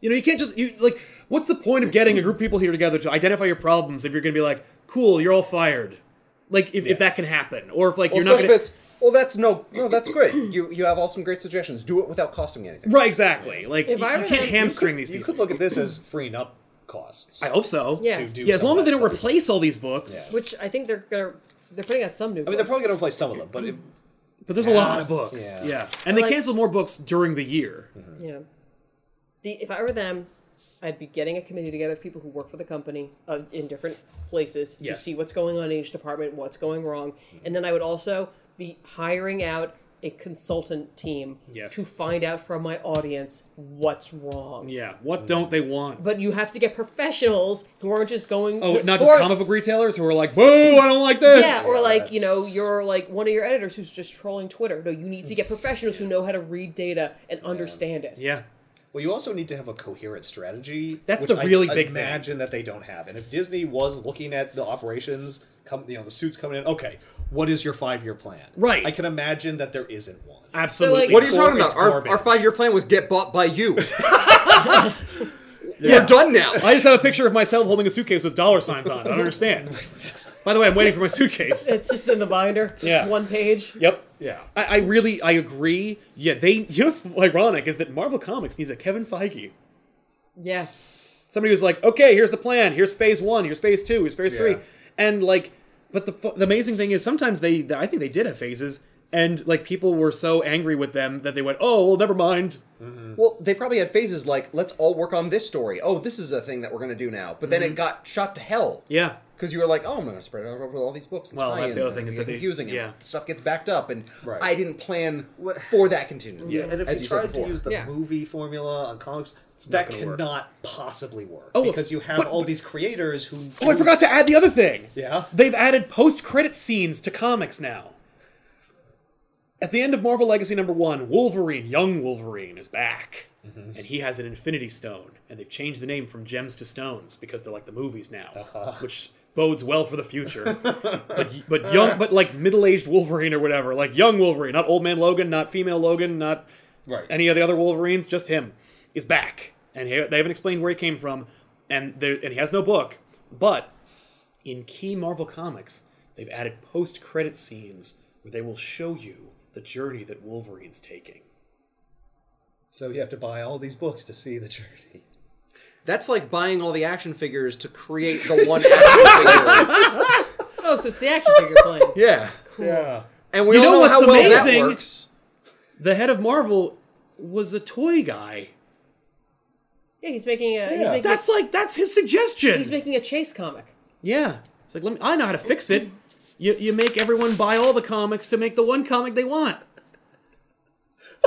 Speaker 1: You know, you can't just you like. What's the point of getting a group of people here together to identify your problems if you're going to be like, cool, you're all fired. Like if,
Speaker 2: Yeah.
Speaker 1: if that can happen, or if like
Speaker 3: Well,
Speaker 1: you're not
Speaker 3: especially
Speaker 1: gonna,
Speaker 3: if it's, well, that's no, no, that's great. You you have all some great suggestions. Do it without costing anything.
Speaker 1: right exactly. Like
Speaker 4: If
Speaker 1: you,
Speaker 4: I
Speaker 1: you
Speaker 4: were
Speaker 1: can't
Speaker 4: him-
Speaker 1: hamstring these
Speaker 2: You
Speaker 1: people.
Speaker 2: could look at this as freeing up costs.
Speaker 1: I hope so.
Speaker 4: Yeah.
Speaker 2: to do
Speaker 1: Yeah, as
Speaker 2: some of
Speaker 1: long as they
Speaker 2: that
Speaker 1: don't
Speaker 2: stuff.
Speaker 1: replace all these books,
Speaker 2: Yeah.
Speaker 4: Which I think they're gonna they're putting out some new
Speaker 2: I mean, they're probably going to replace some of them, but it,
Speaker 1: but there's a
Speaker 2: Yeah.
Speaker 1: lot of books.
Speaker 2: Yeah.
Speaker 1: Yeah, and they
Speaker 4: Like-
Speaker 1: canceled more books during the year.
Speaker 4: Yeah. The, if I were them, I'd be getting a committee together of people who work for the company uh, in different places to
Speaker 1: Yes.
Speaker 4: see what's going on in each department, what's going wrong, and then I would also be hiring out a consultant team
Speaker 1: Yes.
Speaker 4: to find out from my audience what's wrong.
Speaker 1: Yeah, what don't they want?
Speaker 4: But you have to get professionals who aren't just going.
Speaker 1: oh,
Speaker 4: to,
Speaker 1: not just
Speaker 4: or-
Speaker 1: comic book retailers who are like, boo, I don't like this.
Speaker 4: Yeah, or
Speaker 2: Yeah,
Speaker 4: like you know,
Speaker 2: that's-
Speaker 4: you're like one of your editors who's just trolling Twitter. No, you need to get professionals who know how to read data and understand it.
Speaker 1: yeah.
Speaker 2: well, you also need to have a coherent strategy.
Speaker 1: That's
Speaker 2: which
Speaker 1: the really
Speaker 2: I,
Speaker 1: big thing.
Speaker 2: imagine that they don't have. And if Disney was looking at the operations, come you know the suits coming in. Okay, what is your five year plan?
Speaker 1: Right.
Speaker 2: I can imagine that there isn't one.
Speaker 1: Absolutely.
Speaker 4: like-
Speaker 3: What are you
Speaker 2: Or
Speaker 3: talking about?
Speaker 2: it's
Speaker 3: Our,
Speaker 2: garbage.
Speaker 3: our five year plan was get bought by you. We're done now.
Speaker 1: I just have a picture of myself holding a suitcase with dollar signs on it. I don't understand. By the way, I'm waiting for my suitcase.
Speaker 4: It's just in the binder.
Speaker 1: Yeah.
Speaker 4: One page.
Speaker 1: Yep.
Speaker 2: Yeah.
Speaker 1: I, I really, I agree. Yeah, they. You know what's ironic is that Marvel Comics needs a Kevin Feige,
Speaker 4: Yeah.
Speaker 1: somebody who's like, okay, here's the plan. Here's Phase One. Here's Phase Two. Here's Phase Three.
Speaker 2: Yeah.
Speaker 1: And like, but the fu- the amazing thing is sometimes they, I think they did have phases, and like people were so angry with them that they went, oh well, never mind.
Speaker 3: Well, they probably had phases like, let's all work on this story. Oh, this is a thing that we're going to do now. But then
Speaker 1: Mm-hmm.
Speaker 3: it got shot to hell.
Speaker 1: Yeah.
Speaker 3: Because you were like, oh, I'm going to spread it out over all these books. And
Speaker 1: Well, that's
Speaker 3: tie-ins
Speaker 1: the other
Speaker 3: and
Speaker 1: thing
Speaker 3: it's
Speaker 1: is
Speaker 3: gonna
Speaker 1: that
Speaker 3: get
Speaker 1: they-
Speaker 3: confusing
Speaker 1: yeah.
Speaker 3: and stuff gets backed up. And
Speaker 2: Right.
Speaker 3: I didn't plan for that contingency.
Speaker 2: Yeah, and if
Speaker 3: as
Speaker 2: you
Speaker 3: said
Speaker 2: tried to
Speaker 3: before.
Speaker 2: use the
Speaker 4: Yeah.
Speaker 2: movie formula on comics, that
Speaker 1: gonna work.
Speaker 2: cannot possibly work.
Speaker 1: Oh,
Speaker 2: because you have
Speaker 1: but-
Speaker 2: all these creators who.
Speaker 1: Oh, I forgot to add the other thing.
Speaker 2: Yeah?
Speaker 1: They've added post credit scenes to comics now. At the end of Marvel Legacy number one, Wolverine, young Wolverine, is back. And he has an Infinity Stone. And they've changed the name from Gems to Stones because they're like the movies now, which bodes well for the future. but, but young, but like middle aged Wolverine or whatever. Like young Wolverine, not old man Logan, not female Logan, not
Speaker 2: Right.
Speaker 1: any of the other Wolverines, just him is back, and he, they haven't explained where he came from, and there, and he has no book. But in key Marvel comics, they've added post-credit scenes where they will show you the journey that Wolverine's taking.
Speaker 2: So you have to buy all these books to see the journey.
Speaker 3: That's like buying all the action figures to create the one action figure.
Speaker 4: Oh, so it's the action figure playing.
Speaker 3: Yeah.
Speaker 4: Cool.
Speaker 2: Yeah.
Speaker 3: And we
Speaker 1: You
Speaker 3: all
Speaker 1: know
Speaker 3: know,
Speaker 1: what's
Speaker 3: how well
Speaker 1: amazing?
Speaker 3: that works.
Speaker 1: The head of Marvel was a toy guy.
Speaker 4: Yeah, he's making a he's
Speaker 2: Yeah.
Speaker 4: making
Speaker 1: That's like that's his
Speaker 4: a,
Speaker 1: suggestion.
Speaker 4: he's making a chase comic.
Speaker 1: yeah, it's like let me. I know how to fix it. You you make everyone buy all the comics to make the one comic they want.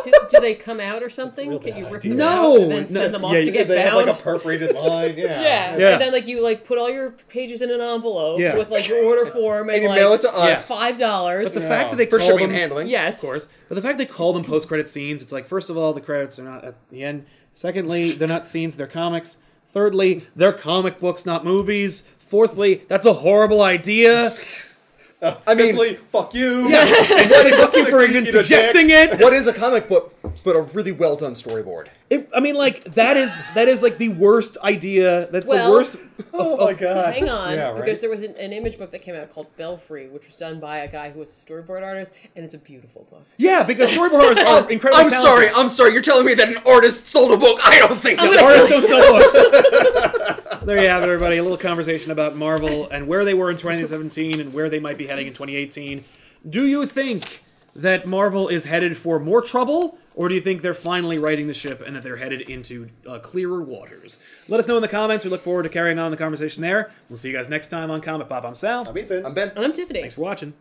Speaker 4: Do, do they come out or something?
Speaker 2: real
Speaker 4: Can you
Speaker 2: bad
Speaker 4: rip
Speaker 2: idea.
Speaker 4: them
Speaker 1: No,
Speaker 4: out and then
Speaker 1: no,
Speaker 4: send them off
Speaker 1: yeah,
Speaker 4: to
Speaker 1: you-
Speaker 4: get
Speaker 2: they
Speaker 4: bound?
Speaker 2: have like a perforated line. Yeah.
Speaker 4: yeah.
Speaker 1: Yeah.
Speaker 4: and then like you like put all your pages in an envelope
Speaker 1: Yeah.
Speaker 4: with like your order form and,
Speaker 3: And you
Speaker 4: like
Speaker 3: mail it to us.
Speaker 4: five dollars.
Speaker 1: But the fact that they
Speaker 3: For
Speaker 1: call
Speaker 3: shipping
Speaker 1: them,
Speaker 3: and handling.
Speaker 4: Yes,
Speaker 1: of course. But the fact they call them post-credit scenes, it's like first of all, the credits are not at the end. Secondly, they're not scenes; they're comics. Thirdly, they're comic books, not movies. Fourthly, that's a horrible idea.
Speaker 3: I mean,
Speaker 2: Fifthly, fuck you.
Speaker 3: yeah. what is looking for
Speaker 2: Eat
Speaker 3: even
Speaker 2: a
Speaker 3: suggesting?
Speaker 1: Suggesting it.
Speaker 3: What is a comic book, but a really well done storyboard?
Speaker 1: It- I mean, like that is that is like the worst idea. That's
Speaker 4: Well-
Speaker 1: the worst.
Speaker 2: Oh my god.
Speaker 4: Hang on,
Speaker 2: Yeah, right?
Speaker 4: because there was an, an image book that came out called Belfry, which was done by a guy who was a storyboard artist, and it's a beautiful book.
Speaker 1: Yeah, because storyboards
Speaker 3: Oh,
Speaker 1: are incredibly.
Speaker 3: I'm sorry. I'm sorry. You're telling me that an artist sold a book? I don't think so.
Speaker 1: Artists don't sell books. so there you have it, everybody. A little conversation about Marvel and where they were in 2017 and where they might be heading in 2018. Do you think that Marvel is headed for more trouble, or do you think they're finally righting the ship and that they're headed into uh, clearer waters? Let us know in the comments. We look forward to carrying on the conversation there. We'll see you guys next time on Comic Pop. I'm Sal.
Speaker 2: I'm Ethan.
Speaker 3: I'm Ben.
Speaker 4: And I'm Tiffany.
Speaker 1: Thanks for watching.